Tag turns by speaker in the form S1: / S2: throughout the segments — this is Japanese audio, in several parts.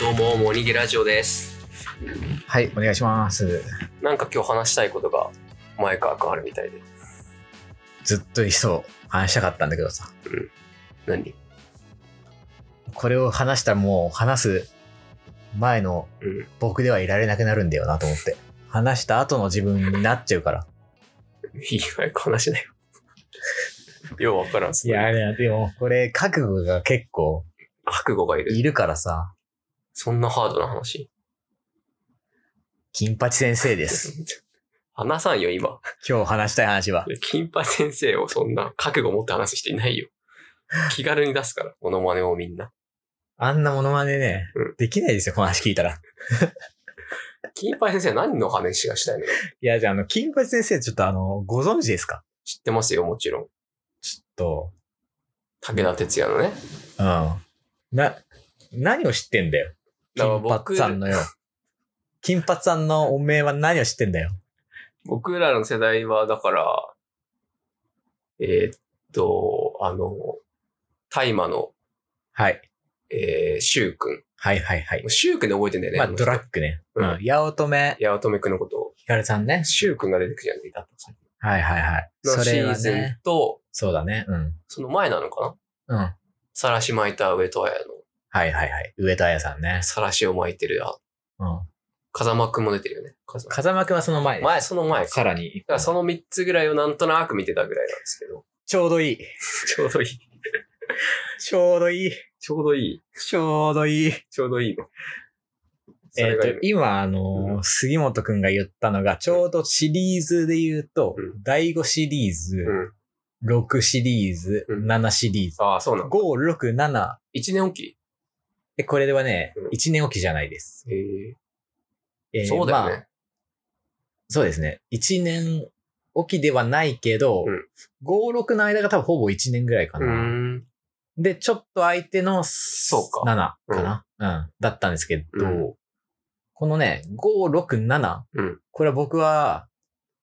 S1: どうも、もにげラジオです。
S2: はい、お願いします。
S1: なんか今日話したいことが前川くんあるみたいで。
S2: ずっといそう。話したかったんだけどさ。
S1: 何
S2: これを話したらもう話す前の
S1: うん。
S2: 僕ではいられなくなるんだよなと思って。話した後の自分になっちゃうから。
S1: いい早く話しなよ。ようわからんっすね。
S2: いや、でもこれ覚悟が結構
S1: 覚悟がいる。
S2: いるからさ。
S1: そんなハードな話。
S2: 金八先生です。
S1: 話さんよ、今。
S2: 今日話したい話は。
S1: 金八先生をそんな覚悟持って話す人いないよ。気軽に出すから、モノマネをみんな。
S2: あんなモノマネね
S1: うん、
S2: できないですよ、この話聞いたら。
S1: 金八先生何の話がしたいの
S2: いや、じゃあ、あの、金八先生、ちょっとあの、ご存知ですか
S1: 知ってますよ、もちろん。
S2: ちょ
S1: 武田鉄矢のね。
S2: っと、うん。な、何を知ってんだよ。
S1: だから
S2: 金
S1: 僕
S2: 髪さんのよ。金髪さんのおめえは何を知ってんだよ。
S1: 僕らの世代は、だから、えーっと、あの、大麻の、
S2: はい。
S1: えー、シュウ君。
S2: はいはいはい。
S1: シュウ君で覚えてんだよね。
S2: まあ、
S1: あの
S2: ド
S1: 人
S2: ラッグね。
S1: う
S2: うんん。八乙女
S1: 八乙女君のことを。
S2: ひかるさんね。
S1: シュウ君が出てくるじゃん、だったの
S2: はいはいはい。それは
S1: シーズン
S2: ね。
S1: と、
S2: そうだね。うん。
S1: その前なのかな
S2: うん。はい
S1: さらし巻いた上戸彩
S2: はいはい。上戸彩さんね
S1: の、。さらしを巻いてる、あ、
S2: うん。
S1: 風間君も出てるよね。風間
S2: 風間くんはその前です
S1: 前、その前か。
S2: さらに
S1: だか。らその3つぐらいをなんとなく見てたぐらいなんですけど。
S2: ちょうどいい。
S1: ちょうどいい。
S2: ちょうどいい。
S1: ちょうどいい。
S2: ちょうどいい。
S1: ちょうどいいの。そ
S2: え
S1: れ
S2: っ
S1: がいい
S2: と、今、あのー、杉本くんが言ったのが、ちょうどシリーズで言うと
S1: う、
S2: 第5シリーズ、
S1: うん。
S2: 6シリーズ、
S1: うん
S2: 7シリーズ。
S1: ああ、そうなの。
S2: 5、6、7。
S1: 1年おき。
S2: で、これではね
S1: うん、
S2: 1年おきじゃないです。
S1: へえ
S2: えー
S1: そうだよね。
S2: まあそうですね。1年おきではないけど、
S1: うん
S2: 5、6の間が多分ほぼ1年ぐらいか
S1: うー
S2: な。
S1: ん。
S2: で、ちょっと相手の
S1: う
S2: 7
S1: か
S2: かな、うんだったんですけど、
S1: うん
S2: このね、5、6、7、
S1: うん
S2: これは僕は、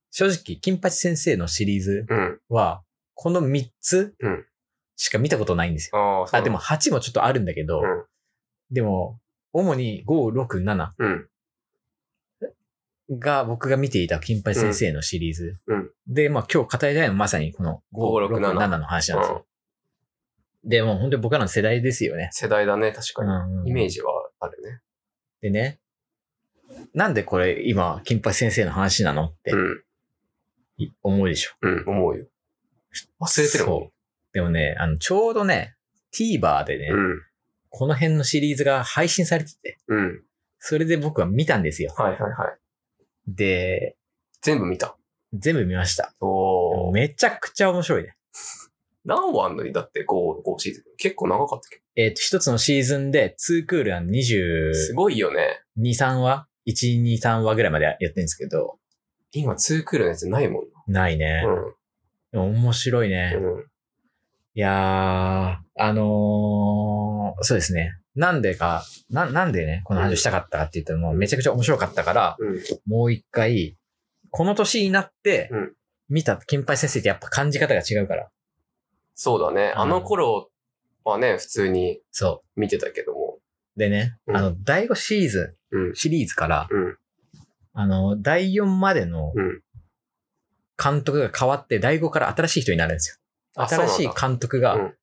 S2: 正直、金八先生のシリーズ
S1: うん。
S2: は、この3つ
S1: うん
S2: しか見たことないんですよ。
S1: ああ、そうなの
S2: あ、でも、8もちょっとあるんだけど、
S1: うん
S2: でも、主に5、6、7、
S1: うん。
S2: が僕が見ていた金八先生のシリーズ。
S1: うん
S2: で、まあ今日語りたいのはまさにこの5、
S1: 5
S2: 6、
S1: 6
S2: 7の話なんです
S1: うん
S2: よ。で、もう本当に僕らの世代ですよね。
S1: 世代だね、確かに。イメー
S2: ジ。
S1: ジはあるね。
S2: でね。なんでこれ今、金八先生の話なのって
S1: うん。
S2: 思うでしょ。
S1: うん、思うよ。忘れてるもん。
S2: そうでもね、あの、ちょうどね、TVer でね、
S1: うん。
S2: この辺のシリーズが配信されてて、
S1: うん。
S2: それで僕は見たんですよ。
S1: はいはいはい。
S2: で、
S1: 全部見た。
S2: 全部見ました。
S1: おお。
S2: めちゃくちゃ面白いね。
S1: 何話あんのにだって5、5シーズン。結構長かったっけ
S2: えっ、と、一つのシーズンで2クールあの20
S1: ど。すごいよね。
S2: 2、3話 ?1、2、3話ぐらいまでやってるんですけど、
S1: 今、2クールのやつないもん
S2: ないね
S1: な。。
S2: でも面白いね。
S1: うん。うん。
S2: いやー、あのー、そうですね。なんでか、な、なんでね、この話をしたかったかって言ったら、もうめちゃくちゃ面白かったから、
S1: うん。
S2: もう一回、この年になって
S1: うん、
S2: 見た金八先生ってやっぱ感じ方が違うから。
S1: そうだね。あの頃はね、普通に
S2: そ
S1: 見てたけども。
S2: う。でね、
S1: うん
S2: あの、第5シーズ
S1: うん
S2: ン、。シリーズから、
S1: うん。
S2: あの、第4までの
S1: うん。
S2: 監督が変わって、第5から新しい人になるんですよ。
S1: あ
S2: 新しい
S1: そうなんだ
S2: 監督
S1: う
S2: が
S1: ん、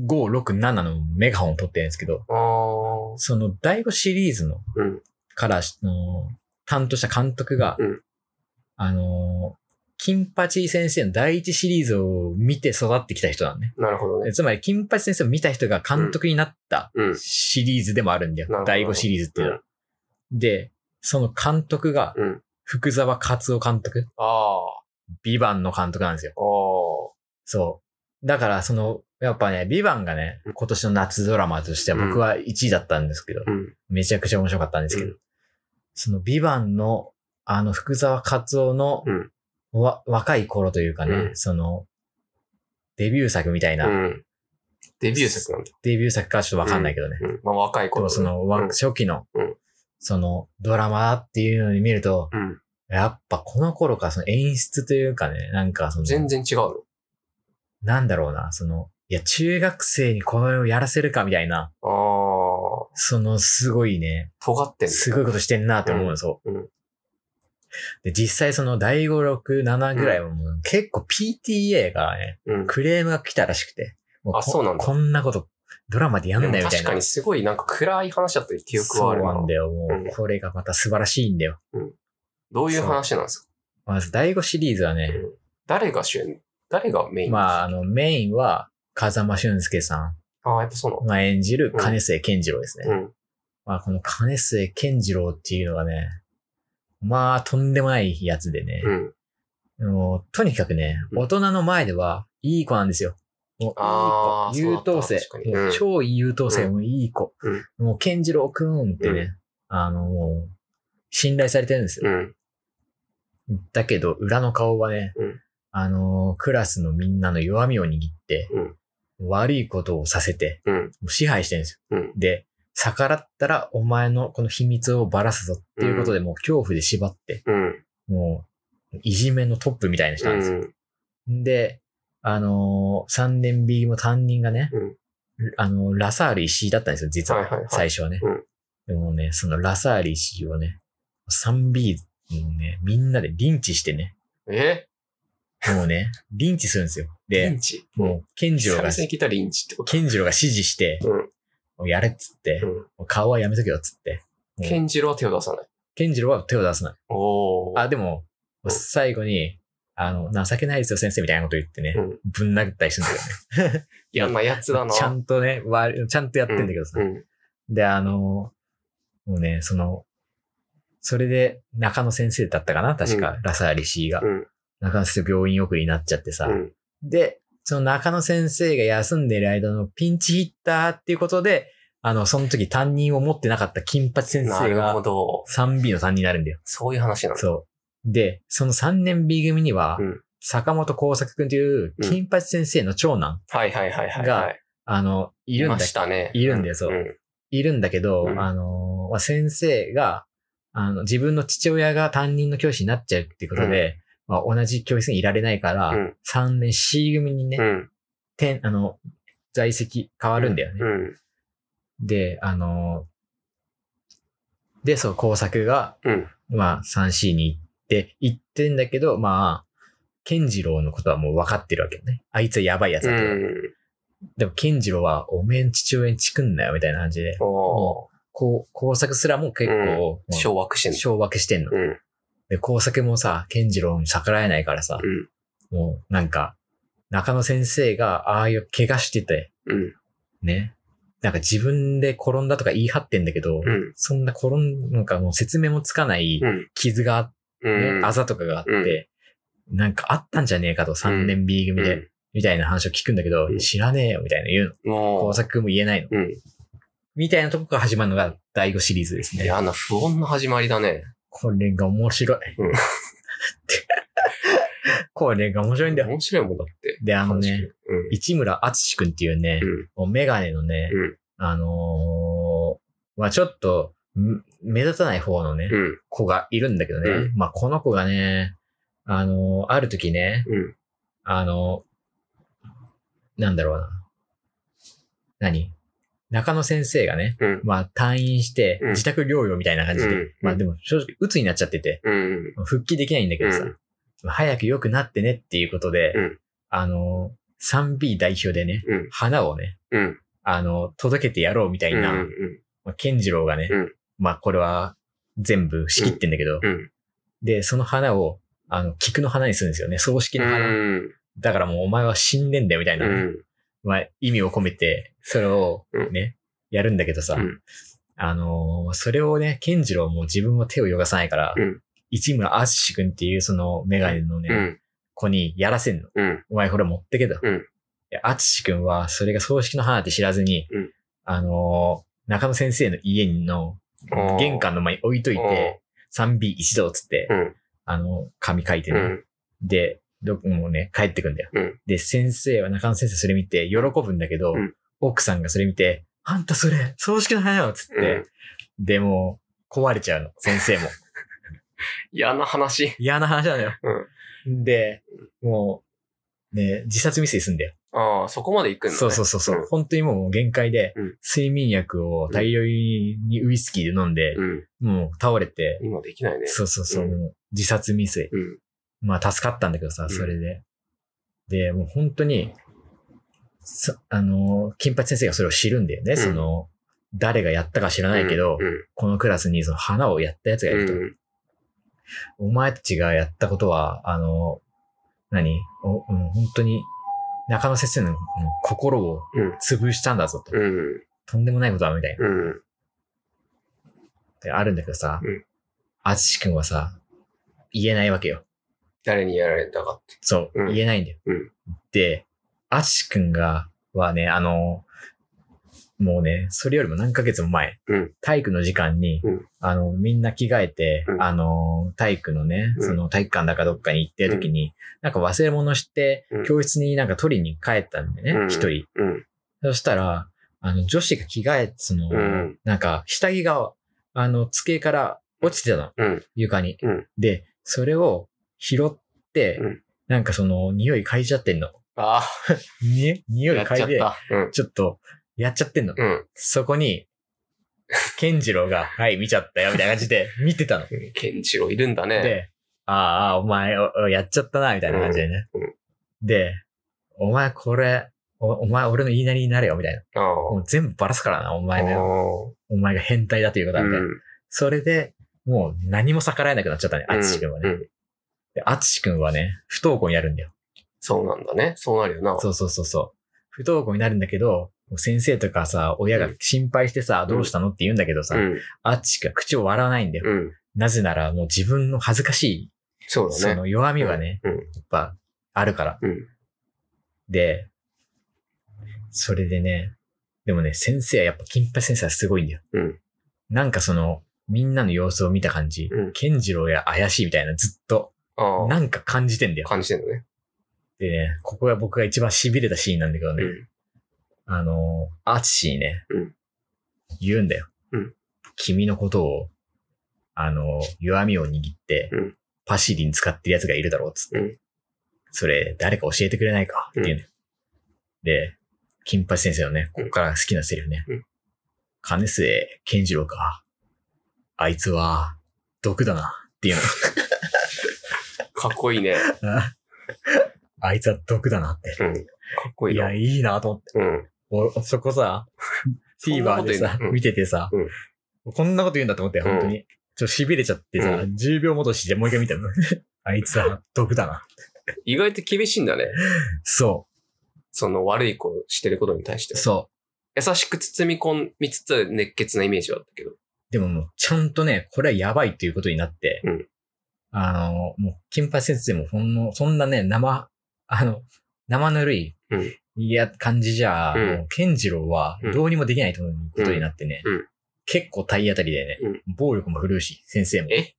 S2: 5、6、7のメガホンを取ってるんですけど、
S1: あー
S2: その第5シリーズの、
S1: うん
S2: から、しの担当した監督が、
S1: うん
S2: あのー、金八先生の第1シリーズを見て育ってきた人なんね。
S1: なるほどね。
S2: つまり、金八先生を見た人が監督になった
S1: うん。
S2: シリーズでもあるんだよ。
S1: なるほど
S2: 第5シリーズっていうのは。で、その監督が、
S1: うん。
S2: 福沢克夫監督、
S1: ああ。
S2: ビバンの監督なんですよ。
S1: お
S2: そう。だから、その、やっぱね、ビバンがね、今年の夏ドラマとしては僕は1位だったんですけど、
S1: ーうん。
S2: めちゃくちゃ面白かったんですけど、
S1: う
S2: そのビバンの、あの、福沢克夫の、
S1: うん
S2: わ、若い頃というかね、
S1: うん
S2: その、デビュー作みたいな、
S1: うん。デビュー作なんだ。
S2: デビュー作かちょっとわかんないけどね。
S1: うん。まあ若い
S2: で
S1: 頃
S2: もその、
S1: う
S2: わ
S1: ん
S2: 初期の、
S1: うん
S2: その、ドラマだっていうのに見ると、
S1: うん。
S2: やっぱこの頃からその演出というかね、なんかその、
S1: 全然違うの。
S2: なんだろうな、その、いや、中学生にこれをやらせるかみたいな、
S1: ああ。
S2: その、すごいね、
S1: 尖ってん
S2: すごいことしてんなって思うの、そう
S1: うん。
S2: で、実際その第5、6、7ぐらいはもう結構 PTA がね、
S1: の。うん。
S2: クレームが来たらしくて。もこ
S1: あそうなんだ
S2: こんなこと、ドラマでやんなよみ
S1: で
S2: たい
S1: も
S2: な。
S1: 確かにすごいなんか暗い話だった記憶はある
S2: そうなんだよ。も
S1: うん
S2: う、これがまた素晴らしいんだよ。
S1: どういう話なんです
S2: まず、第5シリーズは
S1: か、
S2: ね、
S1: うん誰が主演誰がメイン
S2: まあ、
S1: あ
S2: あの、メインは、風間俊介さ
S1: あー、やっぱそうん
S2: が演じる金末健次郎ですね。
S1: なの。うん。
S2: まあ、この金末健次郎っていうのがね、まあ、とんでもないやつでね、
S1: うん。
S2: もうとにかくね、
S1: うん
S2: 大人の前では、いい子なんですよ。もういい
S1: あー
S2: 子、優等
S1: そうだ
S2: 生
S1: った確かに、
S2: もう
S1: うん
S2: 超優等生、もういい子、もう健次郎くんってね、あの、もう、信頼されてるんです
S1: う
S2: よ。
S1: ん。
S2: だけど、裏の顔はね、
S1: うん
S2: あの、クラスのみんなの弱みを握って、悪いことをさせて、
S1: うん。
S2: もう支配してるんですよ。
S1: うん
S2: で、逆らったらお前のこの秘密をばらすぞっていうことで、もう恐怖で縛って、
S1: うん。
S2: もう、いじめのトップみたいな人
S1: う
S2: なんですよ。
S1: ん。
S2: で、あのー、3年 B も担任がね、
S1: うん
S2: あのー、ラサール石井だったんですよ、実は。
S1: はいはいはい
S2: 最初はね。
S1: うん
S2: でもね、そのラサール石井をね、3B をね、みんなでリンチしてね、
S1: え
S2: もう ね、リンチするんですよ。
S1: リン
S2: で、
S1: チ
S2: もう、ケンジロ
S1: 久
S2: ウ
S1: 々
S2: が、
S1: に聞いたリンチってこと
S2: ケンジロウが指示して、
S1: うん
S2: もうやれっつって、
S1: うん
S2: もう顔はやめとけよっつって。うん
S1: ケンジロは手を出さない。
S2: ケンジロウは手を出すな。
S1: おー。
S2: あ、で
S1: う
S2: も、
S1: ん
S2: 最後に、あの、情けないですよ、先生みたいなこと言ってね
S1: う、ん。
S2: ぶん殴ったりするんだよね。
S1: 嫌なやつだな。
S2: ちゃんとね、わちゃんとやってんだけどさ。
S1: うん。
S2: で、あの、もうね、その、それで中野先生だったかな確か、ラサーリシーが。
S1: うん
S2: 中野先生病院送りになっちゃってさ。
S1: うん。
S2: で、その中野先生が休んでる間のピンチヒッターっていうことで、あの、その時担任を持ってなかった金八先
S1: な
S2: 生
S1: るほ
S2: が
S1: ど。
S2: 3B の担任になるんだよ。
S1: そういう話なんだ。
S2: そう。で、その3年 B 組には
S1: うん、
S2: 坂本耕作くんという金八先生の長男、
S1: はいはいはいはいは
S2: が
S1: い。
S2: あの、い
S1: い
S2: るん
S1: ま
S2: だ
S1: したね。
S2: いるんだよそういるんだけど、
S1: うん
S2: あの、まあ、先生が、あの、自分の父親が担任の教師になっちゃうっていうことで、まあ、同じ教室にいられないから、
S1: うん
S2: 3年 C 組にね、
S1: うん。うん。
S2: 転あの、在籍変わるんだよね。
S1: うん。
S2: で、あの、で、そう、工作が、
S1: うん
S2: まあ、3C に行って、行ってんだけど、まあ、健次郎のことはもう分かってるわけよね。あいつはやばいやつ
S1: う
S2: だけど。
S1: ん。
S2: でも、健次郎は、おめえん父親にチクんなよ、みたいな感じで。
S1: お
S2: こう、工作すらも結
S1: うん
S2: 構、
S1: ー。
S2: まあ
S1: 掌握してんだ。
S2: 小分けしてんの
S1: う。ん。
S2: で、工作もさ、健次郎に逆らえないからさ、
S1: うん
S2: もうなんか、中野先生がああいう怪我してて、
S1: うん。
S2: ね。なんか自分で転んだとか言い張ってんだけど、
S1: うん。
S2: そんな転ん、なんかもう説明もつかない
S1: うん。
S2: 傷があって、
S1: うん。
S2: あざとかがあって、なんかあったんじゃねえかと3年 B 組で、みたいな話を聞くんだけど、
S1: うん
S2: 知らねえよみたいな言うの。
S1: うん。も
S2: 工作も言えないの。
S1: う、うん。
S2: みたいなとこから始まるのが第5シリーズですね。
S1: 嫌な不穏な始まりだね。
S2: これが面白い。
S1: うん
S2: これが面白いんだよ。
S1: 面白いもんだって。
S2: で、あの
S1: 話聞
S2: ね、
S1: く。うん。
S2: 市村敦くんっていうね、
S1: うん
S2: もうメガネのね、
S1: うん
S2: あのーまあちょっと、ん目立たない方のね、
S1: うん。
S2: 子がいるんだけどね、
S1: う
S2: まあこの子がね、あのーある時ね、
S1: うん。
S2: あのーなんだろうな。何中野先生がね、
S1: うん
S2: まあ退院して
S1: うん
S2: 自宅療養みたいな感じで、
S1: うん
S2: まあでも正直鬱になっちゃってて、
S1: うん。
S2: 復帰できないんだけどさ、
S1: うん
S2: 早く良くなってねっていうことで、
S1: うん
S2: あの、3B 代表でね、
S1: うん
S2: 花をね、
S1: うん。
S2: あの、届けてやろうみたい
S1: うん。う
S2: な、
S1: ん。
S2: まあ、ケンジロウがね、
S1: うん
S2: まあこれは全部仕切ってんだけど、
S1: うん。
S2: で、その花を、あの、菊の花にするんですよね、葬式の花。
S1: うん。
S2: だからもうお前は死んでんだよみたいな、
S1: うん。
S2: まあ意味を込めて、それをね、やるんだけどさ、
S1: うん
S2: あのーそれをね、ケンジロウも自分は手を汚さないから、
S1: うん
S2: 市村淳君っていうそのメガネのね、
S1: うん。
S2: 子にやらせんの。
S1: うん。
S2: お前これ持ってけと。
S1: うん
S2: で、あつしくんは、それが葬式の花って知らずに、
S1: うん
S2: あのー中野先生の家の
S1: おー
S2: 玄関の前に置いといて、3B 一同つって、
S1: うん
S2: あの、紙書いて
S1: う
S2: ね。
S1: ん。
S2: で、どこもね、帰ってくんだよ。
S1: うん
S2: で、先生は中野先生それ見て喜ぶんだけど、
S1: うん
S2: 奥さんがそれ見て、あんたそれ、葬式の花よっつって、でもう、壊れちゃうの、先 生も。
S1: 嫌な話。
S2: 嫌な話なのよ。で、もう、ね、自殺未遂すんだよ。
S1: ああ、そこまで行くんだね。
S2: そうそうそうそう、
S1: うん
S2: 本当にもう限界で、
S1: うん
S2: 睡眠薬を大量にウイスキーで飲んで、
S1: うん。
S2: もう倒れて、
S1: 今できないね。
S2: そうそうそう、
S1: うん
S2: もう自殺未遂。
S1: うん。
S2: まあ助かったんだけどさ、
S1: ん
S2: それで。で、もう本当に、さあのー、金八先生がそれを知るんだよね。
S1: ん
S2: その、誰がやったか知らないけど、
S1: うん。
S2: このクラスにその花をやったやつがい
S1: うん
S2: ると。お前たちがやったことは、あの、何お、うん、本当に、中野先生のうん心を
S1: うん
S2: 潰したんだぞと。
S1: うん。うん。
S2: とんでもないことだ、みたいな。
S1: うん。
S2: であるんだけどさ
S1: うん、
S2: あつしくんはさ、言えないわけよ。
S1: 誰にやられたかって。
S2: そ
S1: う
S2: う、
S1: ん
S2: 言えないんだよ。
S1: うん
S2: で、あつしくんが、はね、あの、もうね、それよりも何ヶ月も前、
S1: うん
S2: 体育の時間に、
S1: うん
S2: あの、みんな着替えて、
S1: うん
S2: あの、体育のね、
S1: うん
S2: その体育館だかどっかに行ってる時に、なんか忘れ物して
S1: うん、
S2: 教室になんか取りに帰ったんだよ
S1: う
S2: ね、
S1: ん
S2: 一、人。
S1: うん。
S2: そしたら、あの、女子が着替え、その、
S1: うん
S2: なんか、下着が、あの、机から落ちてたの。
S1: うん
S2: 床に、
S1: うん
S2: で、それを拾って、
S1: うん
S2: なんかその、匂い嗅いじゃってんの。
S1: あ
S2: に、
S1: あ、
S2: 匂い
S1: やっち
S2: 嗅
S1: ゃ
S2: い
S1: っ
S2: で、
S1: た。うん。
S2: ちょっと、やっちゃってんの。
S1: うん。
S2: そこに、ケンジロウが、 はい、見ちゃったよ、みたいな感じで、見てたの。
S1: ケンチロいるんだね。
S2: で、ああ、お前、おおやっちゃったな、みたいな感じでね。
S1: うんうん
S2: で、お前これ、おお前俺の言いなりになれよ、みたいな。
S1: ああ。
S2: もう全部バラすからな、お
S1: あ
S2: 前の、
S1: ー
S2: お前が変態だということ
S1: う
S2: なん
S1: ん
S2: で。それで、もう何も逆らえなくなっちゃったね、
S1: う
S2: あ
S1: ん
S2: つしくんはね。
S1: うん
S2: で、あつしくんはね、不登校になるんだよ。
S1: そうなんだね。そうなるよな。
S2: そうそうそうそう。不登校になるんだけど、先生とかさ、親が心配してさ、
S1: ん
S2: どうしたのって言うんだけどさ、
S1: うん。
S2: あっちが口を割らないんだよ。
S1: うん。
S2: なぜならもう自分の恥ずかし
S1: そう
S2: い、
S1: だ
S2: そ
S1: ね。
S2: の弱みがね、
S1: うん。
S2: やっぱあるから。
S1: うん。
S2: で、それでね、でもね、先生はやっぱ金八先生はすごいんだよ。
S1: うん
S2: なんかその、みんなの様子を見た感じ、
S1: うん
S2: 健次郎や怪しいみたいなずっと、
S1: ああ。
S2: なんか感じてんだよ。
S1: 感じてんのね。
S2: でね、ここが僕が一番痺れたシーンなんだけどね、
S1: うん。
S2: あのー、アーチにね、
S1: うん
S2: 言うんだよ、
S1: うん
S2: 君のことを、あのー、弱みを握って、
S1: うん
S2: パシリに使ってる奴がいるだろう、つって。
S1: うん
S2: それ、誰か教えてくれないかって言うんだよ。で、金八先生のね、ここから好きなセリフね。
S1: うん
S2: 金末健次郎か。あいつは、毒 だな、っていう
S1: かっこいいね。
S2: の。あいつは毒だなって。
S1: うん。かっこい
S2: い
S1: いな
S2: や、。いいなと思って。
S1: うん。
S2: おそ こさ、
S1: そんなこと
S2: TVer
S1: 言うの
S2: でさ、
S1: うん
S2: 見ててさ、こんなこと言うんだと思ったよ、
S1: うん
S2: 本当に。ちょっと痺れちゃってさ、
S1: う
S2: 10秒戻しでもう一回見たの。 あいつは毒だな。
S1: 意外と厳しいんだね。
S2: そ
S1: その悪い子してることに対して
S2: う、
S1: は。
S2: そ
S1: 優しく包み込みつつ熱血なイメージはあったけど。
S2: う。でももう、ちゃんとね、これはやばいっていうことになって、
S1: うん
S2: あの、もう、金八先生もほんの、そんなね、生、あの、生ぬるい、
S1: うん
S2: いや、感じじゃ、
S1: うん
S2: もう、健次郎は
S1: うん
S2: どうにもできないということになってね、
S1: うんうん
S2: 結構体当たりでね、
S1: うん
S2: 暴力も振るうし、先生も。
S1: え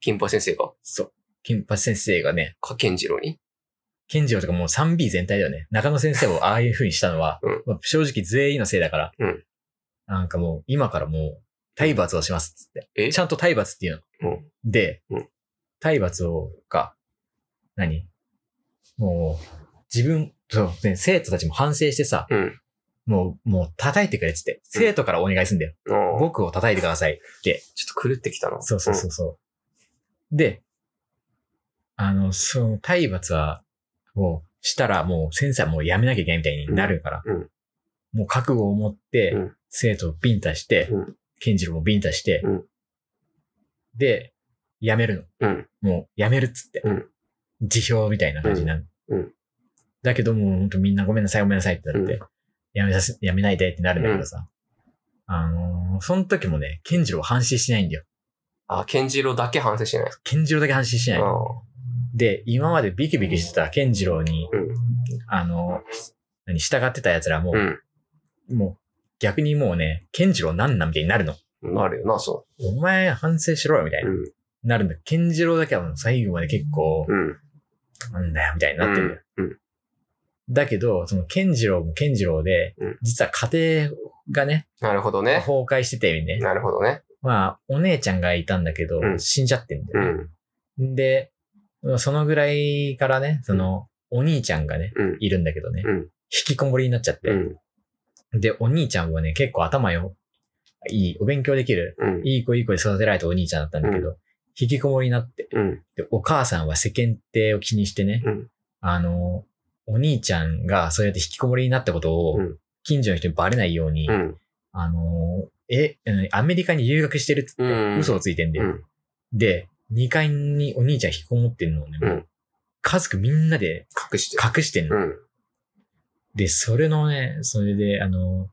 S1: 金八先生が
S2: そう。金八先生がね、
S1: か健次郎に
S2: ケンジロウとかもう 3B 全体だよね。中野先生をああいう風にしたのは、
S1: うん
S2: まあ正直全員のせいだから、
S1: うん
S2: なんかもう今からもう体罰をしますっつって。
S1: え
S2: ちゃんと体罰っていう
S1: うん。
S2: の。で、
S1: うん
S2: 体罰をか、何もう自分、そう、ね、生徒たちも反省してさ、
S1: うん。
S2: もう、もう叩いてくれっつって、生徒からお願いすんだよ。
S1: ああ
S2: 僕を叩いてください。
S1: ちょっと狂ってきたな。
S2: そうそうそうそう。で、あの、その体罰は、をしたらもう先生はもうやめなきゃいけないみたいになるから、
S1: うん
S2: もう覚悟を持って、
S1: うん
S2: 生徒をビンタして、
S1: うん
S2: 健次郎もビンタして、
S1: うん
S2: で、やめる
S1: うん。うん。
S2: の。もうやめるっつって。
S1: うん
S2: 辞表みたいな感じになる。
S1: うんうん
S2: だけどもう本当みんなごめんなさいごめんなさいってなって、
S1: うん
S2: やめさせ、やめないでってなるんだけどさ。あのーその時もね、健次郎反省しないんだよ。
S1: あ、健次郎だけ反省しない。
S2: 健次郎だけ反省しない。
S1: あ
S2: で、今までビキビキしてた健次郎に、
S1: うん
S2: あの、何、従ってた奴らも
S1: あ。、
S2: もう、逆にもうね、健次郎なんなんみたいになるの。
S1: うん。なるよな、そ。
S2: お前反省しろよ、みたいうな。
S1: うん。
S2: なるんだ。健次郎だけはもう最後まで結構、
S1: うん。
S2: なんだよ、みたいになってるんだよ。
S1: うん。
S2: だけど、その健次郎も健次郎で
S1: うん、
S2: 実は家庭がね、
S1: なるほどね。
S2: 崩壊してて、ね。
S1: なるほどね。
S2: まあ、お姉ちゃんがいたんだけど
S1: う、ん
S2: 死んじゃってんだよ
S1: う
S2: ね。
S1: ん。
S2: で、そのぐらいからね、その、お兄ちゃんがね、
S1: うん
S2: いるんだけどね、
S1: うん
S2: 引きこもりになっちゃって、
S1: うん。
S2: で、お兄ちゃんはね、結構頭よ、いい、お勉強できる、
S1: うん。
S2: いい子いい子で育てられたお兄ちゃんだったんだけど、引きこもりになって、
S1: うん。
S2: で、お母さんは世間体を気にしてね、
S1: うん
S2: あの、お兄ちゃんがそうやって引きこもりになったことを
S1: うん、
S2: 近所の人にバレないように、
S1: うん。
S2: あの、え、うんアメリカに留学してるっつって、
S1: うん
S2: 嘘をついてんだ
S1: う
S2: よ。
S1: ん。
S2: で、2階にお兄ちゃん引きこもってんのをね、
S1: うん
S2: 家族みんなで
S1: 隠して。
S2: 隠してんの。
S1: うん。
S2: で、それのね、それで、あの、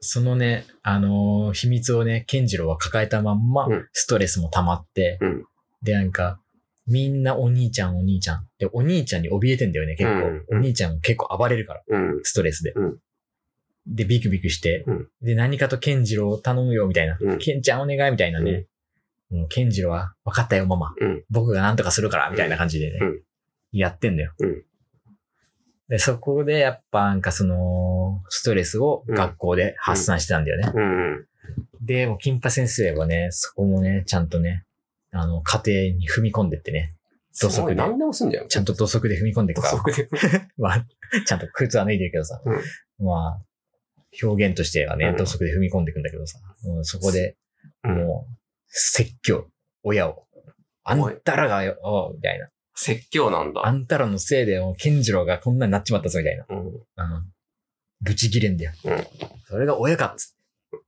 S2: そのね、あの、秘密をね、健次郎は抱えたまんま
S1: うん、
S2: ストレスも溜まって、
S1: うん
S2: で、なんか、みんなお兄ちゃんお兄ちゃん。で、お兄ちゃんに怯えてんだよね、結構。
S1: うん
S2: お兄ちゃんも結構暴れるから、
S1: うん。
S2: ストレスで。
S1: うん
S2: で、ビクビクして、
S1: うん
S2: で、何かと健次郎を頼むよ、みたいな。
S1: うん
S2: 健ちゃんお願い、みたいなね。もう、健次郎は、分かったよ、ママ。
S1: うん
S2: 僕が何とかするから、みたいな感じでね。
S1: うん
S2: やってんだよ。
S1: うん
S2: で、そこで、やっぱ、なんかその、ストレスを学校で発散してたんだよね。
S1: うん。
S2: で、もう、金八先生はね、そこもね、ちゃんとね、あの、家庭に踏み込んでってね、土
S1: すご
S2: 足
S1: い
S2: で、
S1: 何でもすんじゃん。
S2: ちゃんと土足で踏み込んでいく
S1: 土
S2: から、
S1: 足で。
S2: まあ、 ちゃんと靴は脱いでるけどさ、まあ、表現としては
S1: う
S2: ね
S1: ん、
S2: 土足で踏み込んでいくんだけどさ、もうそこで、
S1: うん。
S2: もう、説教、親を。あんたらがよ、おうみたいな。
S1: 説教なん
S2: あ
S1: だ。
S2: んたらのせいで、もう、健次郎がこんなになっちまったぞ、みたいな。
S1: うん。
S2: あの、ブチ切れんだよ。
S1: うん
S2: それが親かっつって。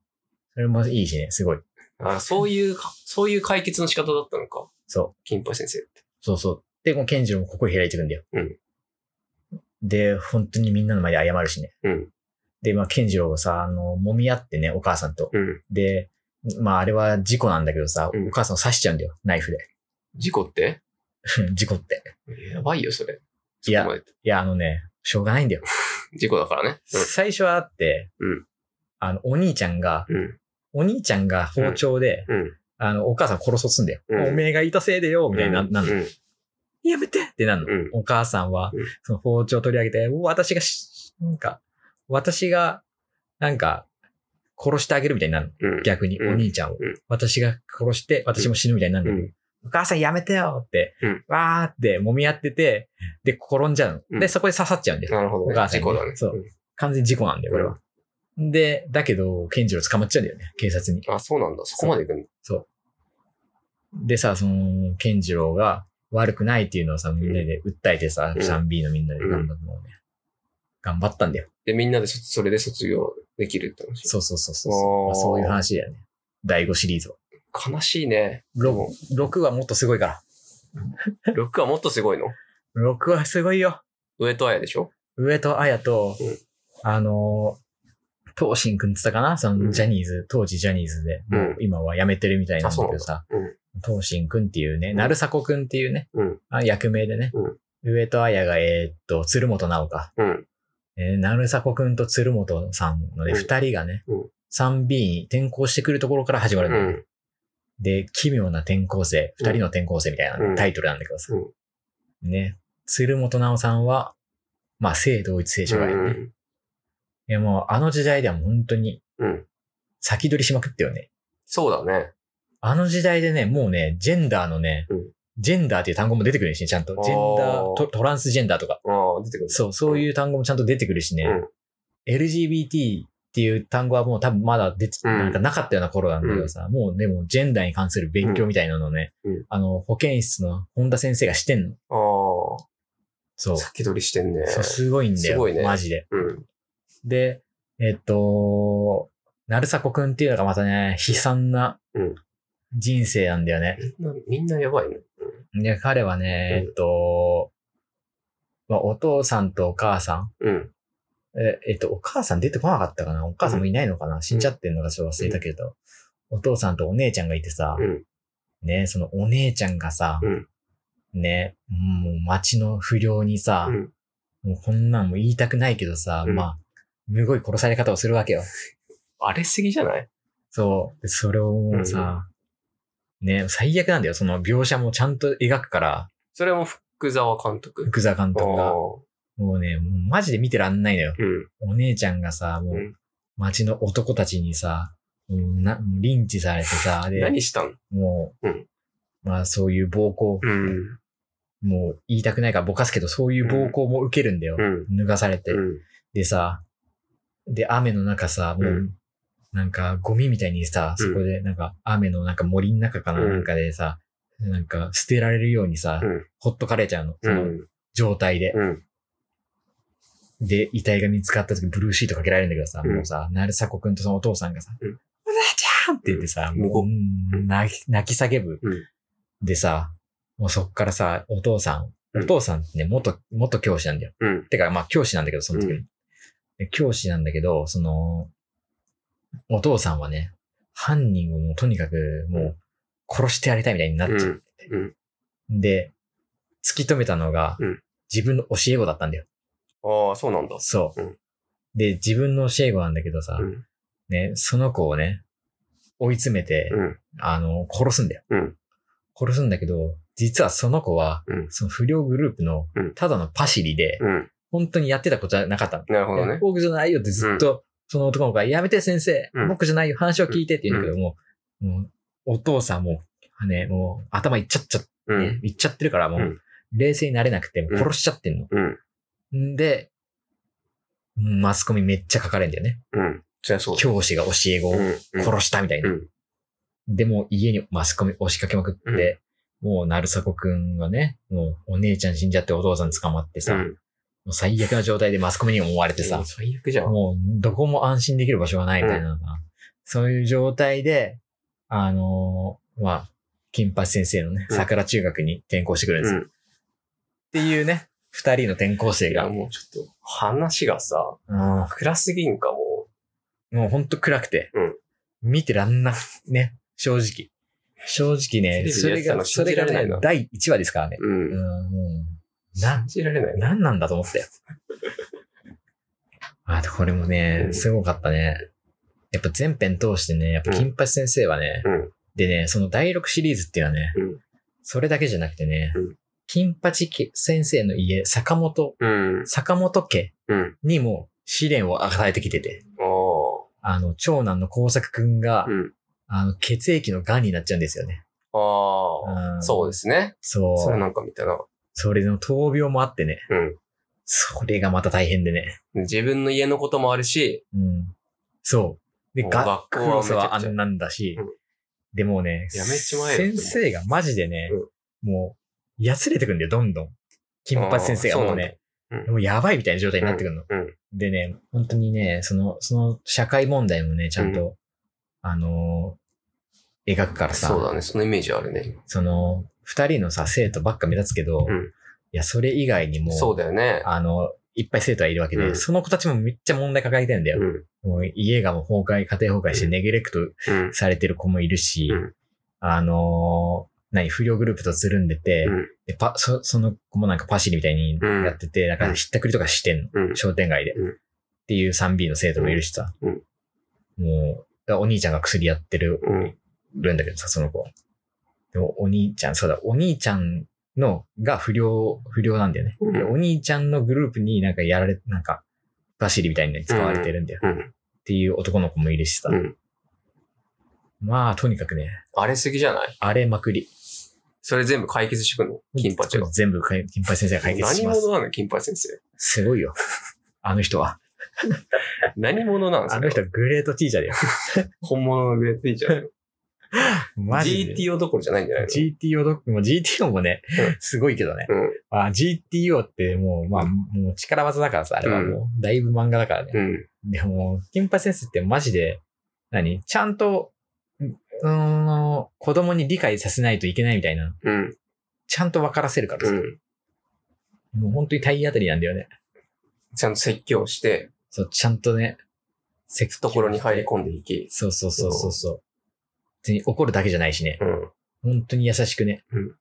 S2: それもいいしね、すごい。
S1: あそういうか、そういう解決の仕方だったのか。
S2: そう。
S1: 金八先生って。
S2: そうそう。で、この健次郎も心開いてくんだよ。
S1: うん
S2: で、本当にみんなの前で謝るしね。
S1: うん
S2: で、まあ、健次郎がさ、あの、揉み合ってね、お母さんと。
S1: うん。
S2: で、まあ、あれは事故なんだけどさ、
S1: うん
S2: お母さんを刺しちゃうんだよ、ナイフで。
S1: 事故って
S2: 事故って。
S1: やばいよ、それ。
S2: いや
S1: そこまで
S2: いや、あのね、しょうがないんだよ。
S1: 事故だからね。
S2: 最初はあって、
S1: うん
S2: あの、お兄ちゃんが、
S1: うん。
S2: お兄ちゃんが包丁で、
S1: うん。
S2: あの、お母さん殺そうとすんだよ。
S1: うん
S2: おめえがいたせいでよ、みたいにな、なん
S1: う
S2: の。
S1: ん。
S2: やめてってなんの。
S1: うん
S2: お母さんは
S1: うん、
S2: その包丁取り上げて、私がし、なんか、私が、なんか、殺してあげるみたいになるの。
S1: うん。
S2: 逆に、
S1: うん
S2: お兄ちゃんを
S1: うん。
S2: 私が殺して、私も死ぬみたいになる
S1: う
S2: の。
S1: ん。
S2: お母さんやめてよって
S1: うん、
S2: わーって揉み合ってて、で、転んじゃう
S1: う
S2: の。
S1: ん
S2: で、そこで刺さっちゃうんだよ。
S1: なるほど
S2: お母
S1: ね。
S2: さん
S1: 事
S2: に
S1: 故だね。。
S2: そうん完全に事故なんだよ、これは。で、だけど、健次郎捕まっちゃうんだよね、警察に。
S1: あ、そうなんだ。そこまで行くんだ。
S2: でさ、その、健次郎が悪くないっていうのをさ、みんなで訴えてさ、
S1: うん
S2: 3B のみんなで頑張ったのをね、頑張ったんだよ。
S1: で、みんなでそそれで卒業できるって話。
S2: そうそうそう
S1: お
S2: そ
S1: ー
S2: う。まあそういう話だよね。第5シリーズは。
S1: 悲しいね。
S2: 6, 6はもっとすごいか
S1: 6はもっとすごいの
S2: ら。6はすごいよ。
S1: 上戸彩でしょ
S2: 上戸彩と、
S1: うん
S2: あのー、東進くんって言ったかなそ
S1: うん
S2: の、ジャニーズ、当時ジャニーズで、
S1: うん
S2: もう今は辞めてるみたいなんだけどさ、
S1: うん。
S2: 東進くんっていうね、
S1: ん
S2: 鳴迫くんっていうね、
S1: うん
S2: あ役名でね、
S1: うん
S2: 上戸彩が、えーっと、鶴本直か。
S1: うん。
S2: えー、なるさこくんと鶴本さんのね、
S1: うん
S2: 二、人がね、
S1: うん
S2: 3B に転校してくるところから始まるん
S1: う
S2: だよね、
S1: ん。
S2: で、奇妙な転校生、
S1: うん
S2: 二人の転校生みたいなね、
S1: うん
S2: タイトルなんだけどさ。
S1: う
S2: ね、鶴本直さんは、まあ、性同一性障害、ね
S1: うん
S2: いや、もう、あの時代ではもう本当に
S1: うん。
S2: 先取りしまくったよね。
S1: そうだね。
S2: あの時代でね、もうね、ジェンダーのね、
S1: うん
S2: ジェンダーっていう単語も出てくるしね、ちゃんと。ジェンダート、トランスジェンダーとか。
S1: ああ、出てくる。
S2: そう、そういう単語もちゃんと出てくるしね。
S1: うん
S2: LGBT っていう単語はもう多分まだ出て、
S1: うん
S2: なんかなかったような頃なんだけどさ、もうでもジェンダーに関する勉強みたいなのをね、
S1: うんうん
S2: あの、保健室の本田先生がしてんの。
S1: あ
S2: そう
S1: あ、。先取りしてんね。
S2: そうすごいんだよ。
S1: すごいね
S2: マジで。
S1: うん。
S2: で、えっと、成迫くんっていうのがまたね、悲惨な
S1: うん
S2: 人生なんだよね。
S1: みんな、みんなやばいね。
S2: で、彼はね、
S1: うん
S2: えっと、まあ、お父さんとお母さん、
S1: うん。
S2: え、えっと、お母さん出てこなかったかなお母さんもいないのかな、死んじゃってんのかちょっと忘れたけど、お父さんとお姉ちゃんがいてさ、
S1: うん。
S2: ね、そのお姉ちゃんがさ、
S1: うん
S2: ね、もう町の不良にさ、
S1: うん
S2: もうこんなんも言いたくないけどさ、
S1: うん
S2: まあ、むごい殺され方をするわけよ。
S1: 荒れすぎじゃない
S2: そう。でそれをもうさ、ね、最悪なんだよ。その描写もちゃんと描くから、
S1: それも福沢監督。
S2: 福沢監
S1: ああ
S2: 督が。もうね、もうマジで見てらんないのよ。
S1: うん。
S2: お姉ちゃんがさ、もう
S1: うん、
S2: 街の男たちにさ、うんな、リンチさ れてさ、で、
S1: 何したん
S2: もう、
S1: うん
S2: まあそういう暴行、
S1: うん。
S2: もう言いたくないからぼかすけど、そういう暴行も受けるんだよ。
S1: うん。
S2: 脱がされて。
S1: うん。
S2: でさ、で、雨の中さ、もう、
S1: うん
S2: なんか、ゴミみたいにさ、
S1: う
S2: そ
S1: ん
S2: こで、なんか、雨のなんか森の中かな、
S1: うん
S2: なんかでさ、なんか、捨てられるようにさ、
S1: うん
S2: ほっとかれちゃうの、
S1: う
S2: その
S1: ん。
S2: 状態で。
S1: うん。
S2: で、遺体が見つかった時、ブルーシートかけられるんだけどさ、
S1: うん
S2: もうさ、成迫くんとそのお父さんがさ、
S1: うん
S2: お姉ちゃんって言ってさ、
S1: うん
S2: もう、うん泣き泣き叫ぶ。
S1: うん
S2: でさ、もうそっからさ、お父さん、
S1: うん
S2: お父さんってね、元、元教師なんだよ。
S1: うん。
S2: てか、まあ、教師なんだけど、その時も、
S1: う
S2: で教師なんだけど、その、お父さんはね、犯人をもうとにかく、もう、殺してやりたいみたいになっちゃってて、
S1: うん
S2: で、突き止めたのが、
S1: うん
S2: 自分の教え子だったんだよ。
S1: ああ、そうなんだ。
S2: そう、
S1: うん
S2: で、自分の教え子なんだけどさ、
S1: うん。
S2: ね、その子をね、追い詰めて、
S1: うん。
S2: あの、殺すんだよ。
S1: うん
S2: 殺すんだけど、実はその子は、
S1: うん
S2: その不良グループの
S1: うん、
S2: ただのパシリで、
S1: うん。
S2: 本当にやってたことじゃなかったの。
S1: なるほどね。
S2: 僕じゃないよってずっと、その男の子が、やめて先生、
S1: うん
S2: 僕じゃないよ、話を聞いてって言うんだけども、もう、お父さんも、ね、もう、頭いっちゃっちゃって、
S1: うん。
S2: いっちゃってるから、も
S1: う、
S2: うん冷静になれなくて、もう殺しちゃってんの。
S1: うん。
S2: んで、マスコミめっちゃ書かれんだよね。
S1: うん。そりゃそうだ。
S2: 教師が教え子を
S1: うん。
S2: 殺したみたいな
S1: う。ん
S2: で、もう家にマスコミ押しかけまくって、もう、鳴迫くんがね、もう、お姉ちゃん死んじゃってお父さん捕まってさ、
S1: う
S2: も
S1: ん。
S2: う最悪な状態でマスコミにも追われてさ、
S1: 最悪じゃん。
S2: もう、どこも安心できる場所がないみたいなのかな、そういう状態で、あのーまあ、金八先生のね、
S1: うん
S2: 桜中学に転校してくるんですよ。
S1: うん
S2: っていうね、二人の転校生
S1: い
S2: が、
S1: や、
S2: うん
S1: もうちょっと、話がさ、
S2: も
S1: 暗すぎんかも。
S2: うほんと暗くて、
S1: うん
S2: 見てらんな、ね、正直。正直
S1: テレビ
S2: ね、
S1: で
S2: そ
S1: やっ
S2: れ
S1: てた
S2: が、
S1: の
S2: そ
S1: 信
S2: れ
S1: じ
S2: が
S1: られない
S2: ね
S1: な、
S2: 第1話ですからね。
S1: う。
S2: うんん、もう、な
S1: 信、じられないな。
S2: なんなんだと思ったよ。 あ、でこれもね
S1: う、ん
S2: すごかったね。やっぱ全編通してね、やっぱ金八先生はね、
S1: うん
S2: でね、その第6シリーズっていうのはね、
S1: うん
S2: それだけじゃなくてね、
S1: うん
S2: 金八先生の家、坂本、
S1: うん。
S2: 坂本家
S1: うん。
S2: にも試練を与えてきてて、
S1: ああ。
S2: あの、長男の工作くんが、
S1: うん。
S2: あの、血液の癌になっちゃうんですよね。。
S1: ああ。そうですすね。
S2: そう。
S1: それなんか見たな。
S2: それの闘病もあってね、
S1: うん。
S2: それがまた大変でね。
S1: 自分の家のこともあるし、
S2: うん。そう。で、
S1: もう
S2: が、
S1: 学
S2: ク
S1: 校は
S2: ロスはあ
S1: めちゃくちゃ
S2: んなんだし
S1: うん、
S2: でもうね、
S1: やめちまえよって思う
S2: 先生がマジでね、もう、やつれてくんだよ、どんどん。金八先生がも
S1: あー
S2: うね、
S1: そうなんだうん
S2: もうやばいみたいな状態になってくるの。
S1: うんうん
S2: でね、本当にね、その、その社会問題もね、ちゃんと、あのー描くからさ、
S1: そうだね。そのイメージあるね。
S2: その、二人のさ、生徒ばっか目立つけど、
S1: うん
S2: いや、それ以外にも、
S1: そうだよね。
S2: あの、いっぱい生徒はいるわけで、
S1: うん
S2: その子たちもめっちゃ問題抱えてんだよ。
S1: うん。
S2: もう家がもう崩壊、家庭崩壊して
S1: うん
S2: ネグレクト
S1: うん。
S2: されてる子もいるし、
S1: うん
S2: あのー何、不良グループとつるんでて、
S1: うん
S2: でパそ、その子もなんかパシリみたいにやってて、なんかひったくりとかしてんの。
S1: うん。
S2: 商店街で。
S1: うん
S2: っていう 3B の生徒もいるしさ。
S1: うん
S2: もう、だお兄ちゃんが薬やってる
S1: うん。
S2: るんだけどさ、その子。でも、お兄ちゃん、そうだ、お兄ちゃんの、が不良、不良なんだよね。
S1: うん
S2: でお兄ちゃんのグループになんかやられ、なんか、バシリみたいに使われてるんだよ。
S1: うん。
S2: っていう男の子もいるしさ。
S1: うん。
S2: まあ、とにかくね、
S1: 荒れすぎじゃない
S2: 荒れまくり。
S1: それ全部解決してくんの金八が。
S2: 全部かい、金八先生が解決し
S1: 何
S2: ます。
S1: 者なの金八先生。
S2: すごいよ。あの人は。
S1: 何者なの
S2: あの人はグレートティーチャーだよ。
S1: 本物のグレートティーチャー。
S2: マジで。
S1: GTO どころじゃないんじゃないの
S2: GTO ど、もう GTO もね
S1: うん、
S2: すごいけどね。
S1: うん。
S2: まあ、GTO ってもう、まあ、もう力技だからさ、あれはもう、だいぶ漫画だからね。
S1: うん。
S2: でも、金八先生ってマジで、何ちゃんと、うんその、子供に理解させないといけないみたいな、
S1: うん。
S2: ちゃんと分からせるから
S1: う
S2: さ、
S1: ん。
S2: もう本当に体当たりなんだよね。
S1: ちゃんと説教して、
S2: そう、ちゃんとね、セク
S1: 懐に入り込んでいき。
S2: そうそうそうそうそう。別に怒るだけじゃないしね
S1: う。ん。
S2: 本当に優しくね。
S1: うん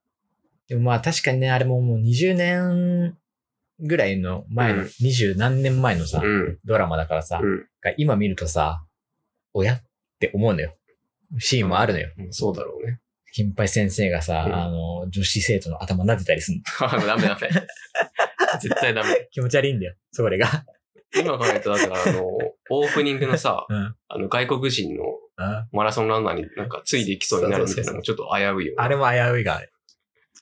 S2: でもまあ確かにね、あれももう20年ぐらいの前の、
S1: うん
S2: 二十何年前のさ、
S1: うん。
S2: ドラマだからさ、
S1: うん
S2: が今見るとさ、親って思うのよ。シーンもあるのよ。
S1: うん。そうだろうね。
S2: 金八先生がさ、
S1: うん
S2: あの、女子生徒の頭撫でたりするの。
S1: あダメ ダメ。絶対ダメ。
S2: 気持ち悪いんだよ、それが。
S1: 今考えると、だから、あの、オープニングのさ、
S2: うん。
S1: あの、外国人の
S2: あ
S1: マラソンランナーになんかついていきそうになるみたいなのもちょっと危ういよね。
S2: あれも危ういがある。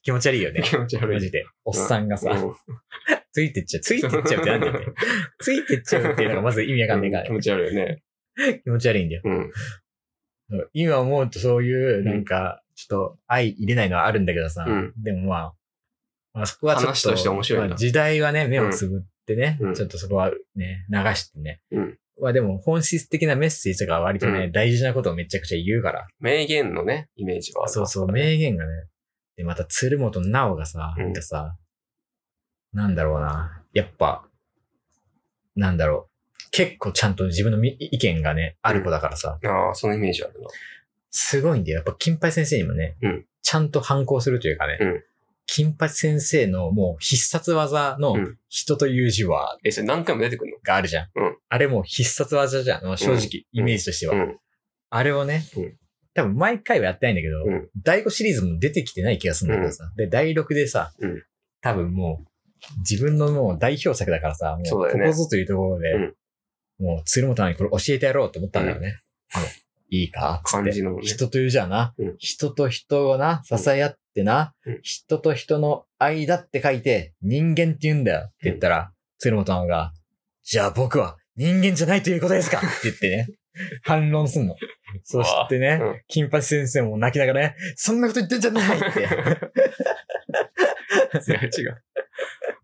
S2: 気持ち悪いよ ね。
S1: 気持ち悪
S2: マ
S1: い
S2: ジ。で。おっさんがさ、ついてっちゃう。ついてっちゃうってなんだよ ね。ついてっちゃうっていうのがまず意味わかんないか
S1: うん
S2: ら
S1: 気、持ち悪いよね。
S2: 気持ち悪いんだよ。
S1: うん。
S2: 今思うとそういう、なんか、ちょっと愛入れないのはあるんだけどさ、
S1: うん
S2: でもまあ、まあそこはちょっと、
S1: 話として面白いな
S2: まあ時代はね、目をつぶってね、
S1: うん
S2: ちょっとそこはね、流してね。
S1: うん
S2: まあでも本質的なメッセージとかは割とね、
S1: うん
S2: 大事なことをめちゃくちゃ言うから。
S1: 名言のね、イメージはある。
S2: そうそう、名言がね。で、また鶴本直がさ、
S1: うん
S2: なんかさ、なんだろうな。やっぱ、なんだろう。結構ちゃんと自分のみ意見がね、ある子だからさ、
S1: ああ、そのイメージあるな。
S2: すごいんだよ。やっぱ、金八先生にもね、
S1: うん
S2: ちゃんと反抗するというかね、
S1: うん
S2: 金八先生のもう必殺技の
S1: うん
S2: 人という字は、
S1: え、それ何回も出てくる
S2: があるじゃん。
S1: うん
S2: あれもう必殺技じゃん。まあ正直、
S1: うん
S2: イメージとしては。
S1: のうん。
S2: あれをね、
S1: うん
S2: 多分毎回はやってないんだけど、
S1: うん
S2: 第5シリーズも出てきてない気がするんだけどさ、で、第6でさ、
S1: うん
S2: 多分もう、自分のもう代表作だからさ、もう
S1: そうだ
S2: こ
S1: よね
S2: こぞというところで、
S1: うん
S2: もう鶴本直にこれ教えてやろうと思ったんだよね。もういいかつって
S1: 感じのね。
S2: 人というじゃな、
S1: うん
S2: 人と人をな、支え合ってな、
S1: うん
S2: 人と人の間って書いて、人間って言うんだよって言ったら、鶴本直が、じゃあ僕は人間じゃないというこ とですかって言ってね、反論すんの。そしてね、
S1: うん
S2: 金八先生も泣きながらね、そんなこと言ってんじゃないって。
S1: いや、違う。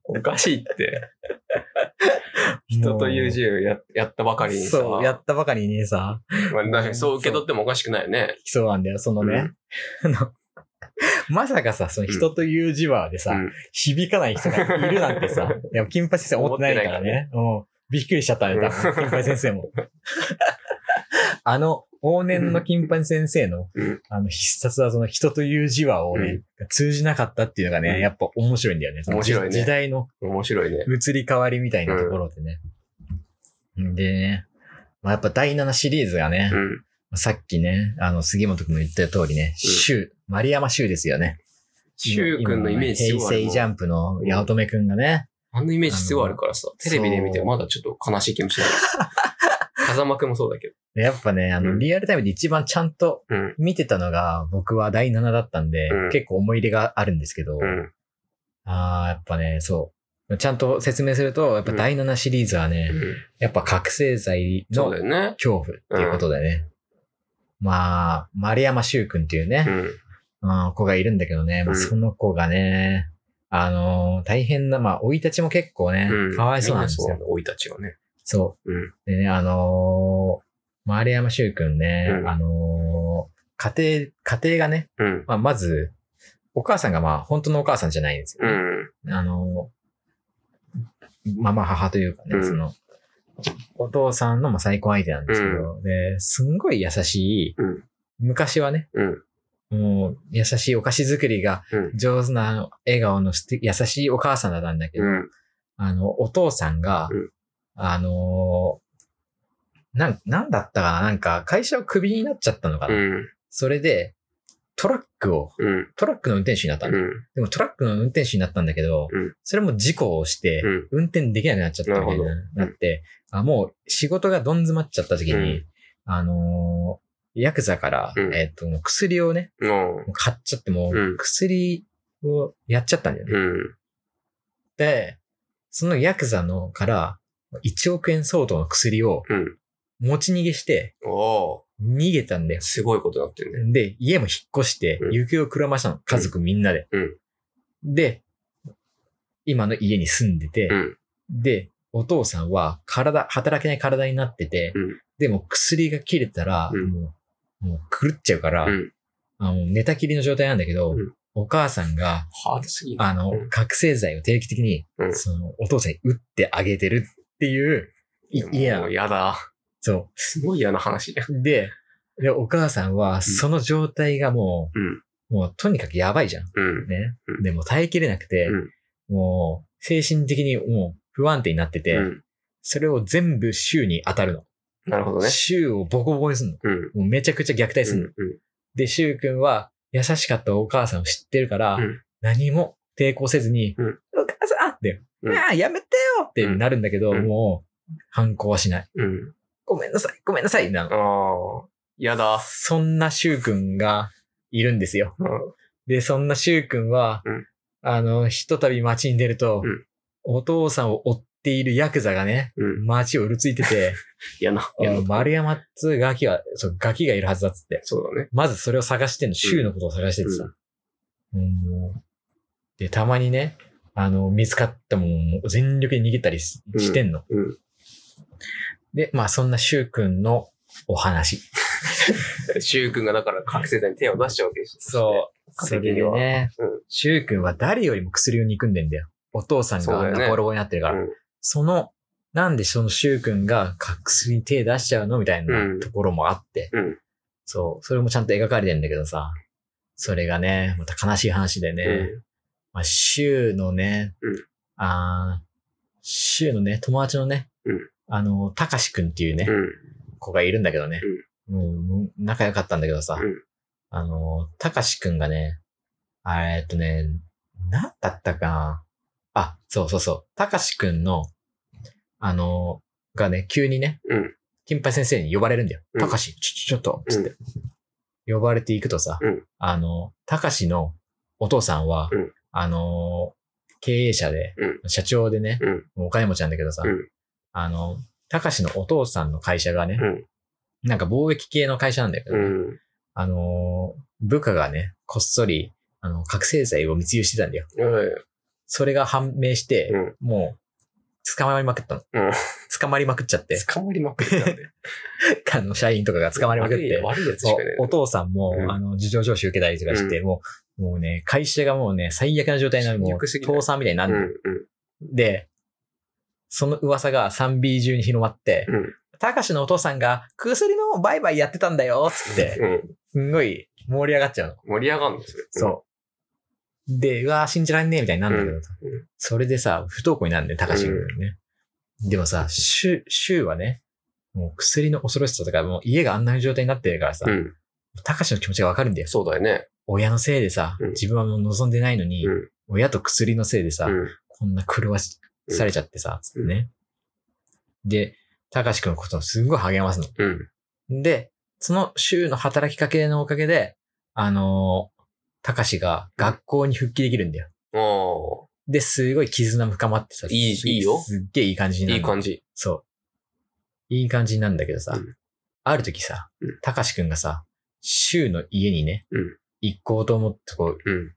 S1: おかしいって。 人という字をややったばかりにさ。
S2: そう、やったばかりにさ、
S1: まあ、確かにそう受け取ってもおかしくないよね。
S2: そうなんだよ、そのね。あのまさかさ、その人という字はでさ、
S1: うん
S2: 響かない人がいるなん てさ、いや金八先生思ってないからね。うんびっくりしちゃったよ、多分
S1: うん
S2: 金八先生 も。あの、往年の金八先生の、
S1: うん
S2: あの、必殺技の人という字はをね、通じなかったっていうのがね、
S1: うん
S2: やっぱ面白いんだよね。その
S1: 面白いね
S2: 時代の
S1: 面白いね。
S2: 移り変わりみたいなところでね。でね、まあ、やっぱ第7シリーズがね、
S1: うん。
S2: さっきね、あの、杉本くんも言った通り
S1: う
S2: ね、
S1: ん
S2: 周、丸山周ですよね。
S1: シュウ君のイメージす
S2: 平
S1: ごいある
S2: 成
S1: もん。
S2: ジャンプの八乙女くんがね、
S1: あのイメージすごいあるからさ、テレビで見てまだちょっと悲しい気もしない。 風間くんもそうだけど。
S2: でやっぱね、あ
S1: う
S2: の、
S1: ん
S2: リアルタイムで一番ちゃんと
S1: うん。
S2: 見てたのが、僕は第7だったんで、
S1: うん
S2: 結構思い入れがあるんですけど、
S1: うん。
S2: あーやっぱね、そう。ちゃんと説明すると、やっぱ第7シリーズはね、
S1: うん
S2: やっぱ覚醒剤
S1: そ
S2: の
S1: うだよね。
S2: 恐怖っていうことでね。まあ、丸山修くんっていう
S1: う
S2: ね、
S1: ん。
S2: うん子がいるんだけどね、まあ、
S1: うん
S2: その子がね、あのー大変な、まあ、生い立ちも結構ね、
S1: うん
S2: かわいそうなんです
S1: み
S2: よ
S1: な。そう生い立ちはね。
S2: そう。
S1: うん。
S2: でね、あのー、丸山修くんね、
S1: うん
S2: あのー家庭、家庭がね、
S1: うん。
S2: まあ、まず、お母さんがまあ、本当のお母さんじゃないんですよ
S1: う
S2: ね、
S1: ん。
S2: あのー、ママ母というか
S1: う
S2: ね、
S1: ん
S2: その、お父さんのまあ再婚相手なんですけど、で、すんごい優しい、
S1: うん
S2: 昔はね、
S1: うん。
S2: もう優しいお菓子作りが
S1: うん
S2: 上手な笑顔のすて優しいお母さんだったんだけど、
S1: うん。
S2: あの、お父さんが、
S1: うん
S2: あのーなん、なんだったかななんか、会社をクビになっちゃったのか
S1: う
S2: な、
S1: ん。
S2: それで、トラックを、
S1: うん。
S2: トラックの運転手になったの、
S1: うん。
S2: でもトラックの運転手になったんだけど、
S1: うん
S2: それも事故をして、
S1: うん
S2: 運転できなくなっちゃったみたいに
S1: な
S2: なって、あもう仕事がどん詰まっちゃった時に、
S1: うん
S2: あのーヤクザから、
S1: うん
S2: えっ、と、もう薬をね、
S1: うん
S2: もう買っちゃって、も
S1: う
S2: うん薬をやっちゃったんだよね。
S1: うん。
S2: で、そのヤクザのから1億円相当の薬を
S1: うん。
S2: 持ち逃げして
S1: おー
S2: 逃げたんだよ。
S1: すごいことになってるね。
S2: で、家も引っ越して
S1: うん
S2: 行方をくらましたの。家族みんなで。
S1: うん
S2: で、今の家に住んでて、
S1: うん。
S2: で、お父さんは体、働けない体になってて、
S1: うん
S2: でも薬が切れたら、
S1: うん
S2: もう、もう狂っちゃうから、
S1: うん。
S2: あの寝たきりの状態なんだけど、
S1: うん
S2: お母さんが、
S1: ハードすぎる。
S2: あの、
S1: うん
S2: 覚醒剤を定期的に、
S1: うん
S2: その、お父さんに打ってあげてるっていう、い家な
S1: も
S2: の
S1: う。やだ。
S2: そ
S1: すごい嫌な話じゃん。
S2: う。で、で、お母さんは、その状態がも
S1: うん。
S2: う、もうとにかくやばいじゃん。
S1: うん。
S2: ね
S1: う。ん
S2: でも耐えきれなくて、
S1: うん
S2: もう、精神的にもう不安定になってて、
S1: うん。
S2: それを全部週に当たるの。
S1: なるほどね。
S2: 週をボコボコにするの。
S1: うん。
S2: もうめちゃくちゃ虐待す
S1: う
S2: る
S1: ん
S2: の。。で、週くんは、優しかったお母さんを知ってるから、
S1: うん
S2: 何も抵抗せずに、
S1: うん
S2: お母さんって、
S1: うん
S2: ああ、やめてよってなるんだけど、
S1: うん
S2: もう、反抗はしない。
S1: うん。うん。
S2: ごめんなさい、ごめんなさい、なの。
S1: ああ。嫌だ。
S2: そんなシュウくんがいるんですよ。
S1: うん
S2: で、そんなシュウ君は、
S1: うん
S2: あの、ひとたび街に出ると、
S1: うん
S2: お父さんを追っているヤクザがね、
S1: うん。
S2: 街をうるつい てて、
S1: 嫌な。
S2: あ
S1: 嫌
S2: の
S1: な。
S2: 丸山っつうガキが、そう、ガキがいるはずだっつって。
S1: そうだね。
S2: まずそれを探してんの、シュウのことを探しててさ。うんで、たまにね、あの、見つかっても、もう全力で逃げたりし
S1: うん
S2: してんの。
S1: うんうん
S2: で、まあ、そんなシュウ君のお話。
S1: シュウ君がだから覚醒剤に手を出しちゃうわけです。
S2: そう。それでね
S1: うん、
S2: シュウ君は誰よりも薬を憎んでんだよ。お父さん
S1: そう
S2: が
S1: だ
S2: あ
S1: よ
S2: ん
S1: ね
S2: なボロボロになってるから。
S1: うん
S2: その、なんでそのシュウ君が薬に手出しちゃうのみたいな
S1: うん
S2: ところもあって。
S1: うん。
S2: そう、それもちゃんと描かれてんだけどさ、それがね、また悲しい話でね、
S1: うん
S2: まあ、州のね、
S1: うん
S2: あー州のね、友達のね、
S1: うん
S2: あの、たかしくんっていうね、
S1: うん。
S2: 子がいるんだけどね、もうもう仲良かったんだけどさ、
S1: うん
S2: あの、たかしくんがね、あれえっとね、なんだったかなあ、そうそうそう、たかしくんの、あの、がね、急にね、
S1: うん
S2: 金八先生に呼ばれるんだよ。
S1: うん
S2: たかし、ちょ、ちょ、ちょっと、つって。呼ばれていくとさ、
S1: うん
S2: あの、たかしのお父さんは、
S1: うん
S2: あの、経営者で、
S1: う
S2: 社長でね、
S1: うん
S2: もうお金持ちなんだけどさ、
S1: うん
S2: あの、たかしのお父さんの会社がね、
S1: うん
S2: なんか貿易系の会社なんだけど、ね
S1: うん。
S2: あのー部下がね、こっそり、あの、覚醒剤を密輸してたんだよ。
S1: うん。
S2: それが判明して、
S1: うん
S2: もう、捕まりまくったの。
S1: うん
S2: 捕まりまくっちゃって、
S1: 捕まりまくったんで。
S2: あの、社員とかが捕まりまくっ
S1: 悪い
S2: て、
S1: 悪いやつし
S2: そ
S1: かいな
S2: う
S1: い。
S2: お父さんも、
S1: うん
S2: あの、事情聴取受けたりとかして、もう、もうね、会社がもうね、最悪な状態になる、も
S1: 最
S2: う、
S1: 悪すぎない
S2: 倒産みたいにな
S1: うん
S2: る、で、その噂が 3B 中に広まって、
S1: うん。うん。
S2: たかしのお父さんが薬の売買やってたんだよ、つって、
S1: うん。
S2: すんごい盛り上がっちゃうの。
S1: 盛り上がるんですよ。
S2: そう。で、うわー信じらんねえみたいになるんだけど、
S1: うんうん
S2: それでさ、不登校になるんだよ、高橋君ね。でもさ、シュ、シュウはね、もう薬の恐ろしさとか、もう家があんな状態になってるからさ、
S1: うん。
S2: 高橋の気持ちがわかるんだよ。
S1: そうだよね。
S2: 親のせいでさ、
S1: うん
S2: 自分はもう望んでないのに、
S1: うん
S2: 親と薬のせいでさ、
S1: うん。
S2: こんな狂わしされちゃってさ、つってね。で、高橋君のことをすごい励ますの。
S1: うん。
S2: で、その週の働きかけのおかげで、あのー、たかしが学校に復帰できるんだよ。
S1: あ
S2: で、すごい絆も深まってさ、
S1: いい
S2: す
S1: いいよ
S2: すっげえいい感じに
S1: あ。
S2: なる。
S1: いい感じ。
S2: そう。いい感じになるんだけどさ、
S1: うん
S2: ある時さ
S1: うん、
S2: たかしくんがさ、週の家にね、
S1: うん
S2: 行こうと思って、こう、
S1: うん。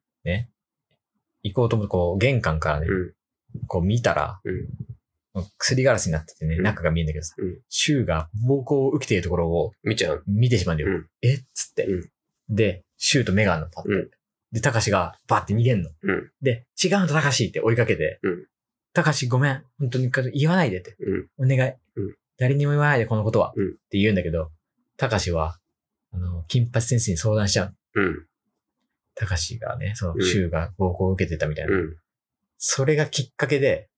S2: 行こうと思って、こう、玄関からね、
S1: うん。
S2: こう見たら、
S1: うん
S2: すりガラスになっててね、
S1: うん
S2: 中が見えるんだけどさ
S1: うん、
S2: シュウが暴行を受けているところを、
S1: 見ちゃう。
S2: 見てしまうんだよ。
S1: うん
S2: えっつって。
S1: う
S2: で、シューとメガのパッて。
S1: うん
S2: で、タカシがバーって逃げんの。
S1: うん
S2: で、違うんだタカシって追いかけて
S1: うん。
S2: タカシごめん。本当に言わないでって。
S1: うん。
S2: お願い。
S1: うん
S2: 誰にも言わないでこのことは。
S1: うん
S2: って言うんだけど、タカシは、あの、金八先生に相談しちゃう。
S1: うん。
S2: タカシがね、そうの、
S1: ん
S2: シューが暴行を受けてたみたいな。
S1: うん。
S2: それがきっかけで、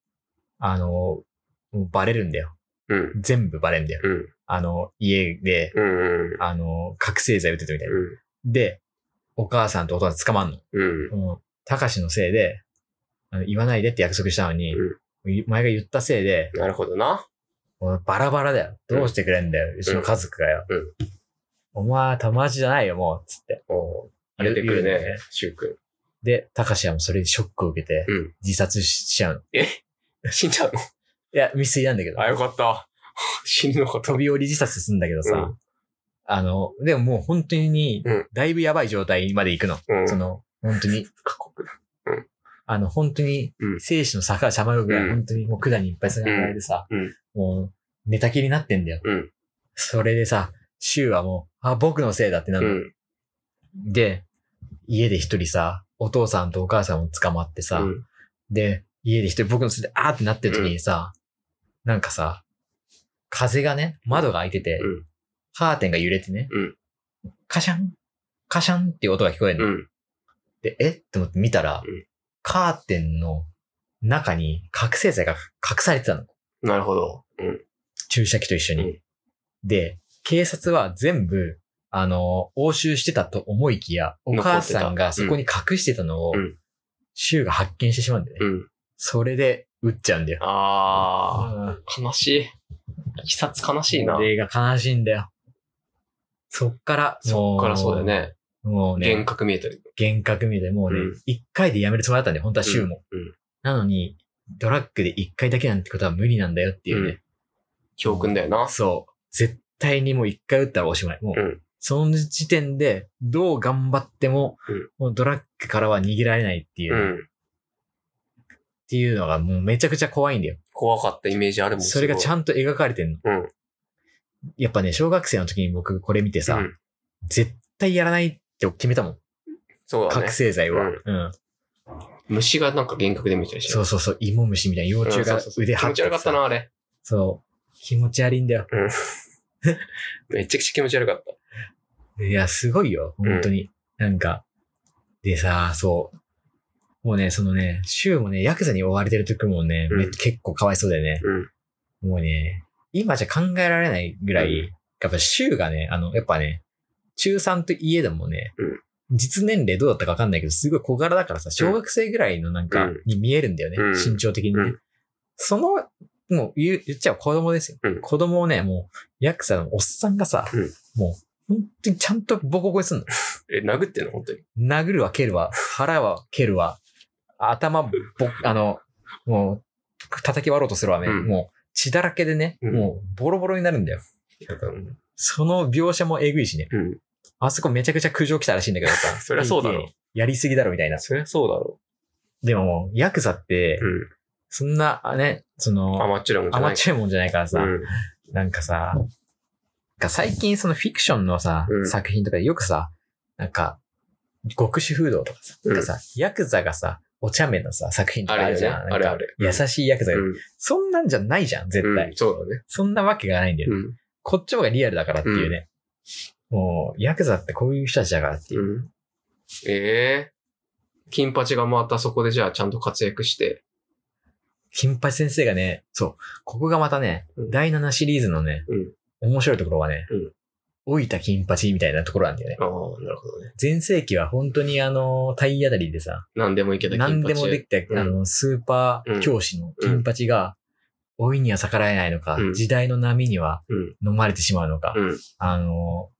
S2: あの、もうバレるんだよ。
S1: うん。
S2: 全部バレるんだよ。
S1: うん。
S2: あの、家で、
S1: うん。うん。
S2: あの、覚醒剤打ってたみたいな。
S1: うん。
S2: で、お母さんとお父さん捕まんの。
S1: うん。
S2: もう、たかしのせいで、あの言わないでって約束したのに、
S1: う
S2: い前が言ったせいで、
S1: なるほどな。
S2: もうバラバラだよ。どうしてくれんだよ、うちの家族がよ。
S1: うん
S2: お前、友達じゃないよ、もう、つって。
S1: おあれてくるね、シュウ君。
S2: で、たかしはもうそれでショックを受けて
S1: うん、
S2: 自殺しちゃう の。
S1: 死んじゃうの
S2: いや、未遂なんだけど
S1: あ、。よかった。死ぬのかと
S2: 飛び降り自殺するんだけどさ、
S1: うん
S2: あの、でももう本当に
S1: うん、
S2: だいぶやばい状態まで行くの。
S1: うん
S2: その、本当に、
S1: 過酷だ。
S2: あの、本当に
S1: う、ん
S2: 生死の坂をさまようぐら
S1: う
S2: い、
S1: ん
S2: 本当にもう管にいっぱいつながられてさ、
S1: うんうん
S2: もう、寝たきりになってんだよ。
S1: うん。
S2: それでさ、シュウはもう、あ、僕のせいだってな
S1: う
S2: る、
S1: ん。
S2: で、家で一人さ、お父さんとお母さんも捕まってさ、
S1: うん。
S2: で、家で一人僕のせいで、あーってなってる時にさ、なんかさ、風がね、窓が開いてて、
S1: うん
S2: カーテンが揺れてね、
S1: うん
S2: カシャン、カシャンっていう音が聞こえるの。
S1: うん。
S2: で、えって思って見たら、
S1: うん
S2: カーテンの中に覚醒剤が隠されてたの。
S1: なるほど。うん。
S2: 注射器と一緒に。
S1: うん
S2: で、警察は全部、あの、押収してたと思いきや、お母さんが
S1: 残
S2: そ
S1: ってた
S2: こに隠してたのを、
S1: うん
S2: シュウが発見してしまうんだよね。
S1: うん。
S2: それで、撃っちゃうんだよ。
S1: ああ、悲しい。いきさつ悲しいな。
S2: 例が悲しいんだよ。そっから、
S1: そっからそうだよ
S2: も
S1: ね。
S2: もうね、
S1: 幻覚見えたり。
S2: 幻覚見でもうね
S1: うん、
S2: 一、回でやめるつもりだったんで、本当は週も。
S1: うん
S2: なのに、ドラッグで一回だけなんてことは無理なんだよっていうね。
S1: 教訓だよな。
S2: そう。絶対にもう一回打ったらおしまい。もう、
S1: うん
S2: その時点で、どう頑張っても、
S1: うん
S2: もうドラッグからは逃げられないっていう、
S1: う
S2: っ
S1: ん。
S2: ていうのがもうめちゃくちゃ怖いんだよ。
S1: 怖かったイメージあるもん
S2: それがち
S1: ん
S2: ゃんと描かれてんの。
S1: うん
S2: やっぱね、小学生の時に僕これ見てさ、
S1: うん
S2: 絶対やらないって決めたもん。
S1: そうだね
S2: 覚。醒剤は。
S1: うん
S2: うん
S1: 虫がなんか幻覚で見たりして。
S2: そうそうそう、芋虫みたいな幼虫
S1: う
S2: が
S1: んそうそう
S2: 腕
S1: 気
S2: 張
S1: 持
S2: って
S1: ち
S2: さ
S1: 悪かったな、あれ。
S2: そう。気持ち悪いんだよ。
S1: めちゃくちゃ気持ち悪かった。
S2: いや、すごいよ。本当に。なんか。でさ、そう。もうね、そのね、週もね、ヤクザに追われてる時もね、め
S1: うん
S2: 結構かわいそうだよね。
S1: うん。
S2: もうね、今じゃ考えられないぐらい、
S1: うん
S2: やっぱ週がね、あの、やっぱね、中3と家でもね、
S1: うん
S2: 実年齢どうだったかわかんないけど、すごい小柄だからさ、小学生ぐらいのなんか
S1: うん、
S2: に見えるんだよね、
S1: うん
S2: 身長的にね。
S1: うん
S2: その、もう言う言っちゃう子供ですよ。
S1: うん
S2: 子供をね、もう、ヤクザのおっさんがさ、
S1: うん
S2: もう、本当にちゃんとボコボコにすんの。
S1: え、殴ってんの本当に。
S2: 殴るわ、蹴るわ、腹は蹴るわ、頭ぼ、あの、もう、叩き割ろうとするわね。
S1: うん
S2: もう、血だらけでね、
S1: うん
S2: もう、ボロボロになるんだよ。その描写もえぐいしね。
S1: うん。
S2: あそこめちゃくちゃ苦情来たらしいんだけどさ。
S1: そりゃそうだろ
S2: PTA やりすぎだろみたいな。
S1: そりゃそうだろ
S2: でももう、ヤクザって
S1: う。、う
S2: そんな、あね、そ
S1: ん。ア
S2: の、
S1: マチュアもんじ
S2: ア
S1: ゃない
S2: マチュアもんじゃないからさ、
S1: うん。
S2: なんかさ、なんか最近そのフィクションのさ、
S1: うん
S2: 作品とかでよくさ、なんか、極主風道とかさ、
S1: うん
S2: なんかさ、ヤクザがさ、お茶目なさ、作品とかあるじゃん。
S1: あるよね
S2: なんか
S1: あるある
S2: 優しいヤクザが、
S1: うん
S2: そんなんじゃないじゃん、絶対。
S1: うんそうだね。
S2: そんなわけがないんだよ。
S1: うん。
S2: こっちの方がリアルだからっていうね。もう、ヤクザってこういう人たちだからっていう。
S1: うん。ええ金八がまたそこでじゃあちゃんと活躍して。
S2: 金八先生がね、そう、ここがまたね、
S1: うん
S2: 第7シリーズのね、
S1: うん
S2: 面白いところはね、
S1: うん
S2: 老いた金八みたいなところなんだよね。
S1: ああ、なるほどね。
S2: 前世紀は本当にあの、体当たりでさ、
S1: 何でもいけた
S2: 何でもできて、
S1: うん
S2: あの、スーパー教師の金八が、老いには逆らえないのか、
S1: うん
S2: 時代の波には
S1: うん。
S2: 飲まれてしまうのか、
S1: うん。
S2: あの、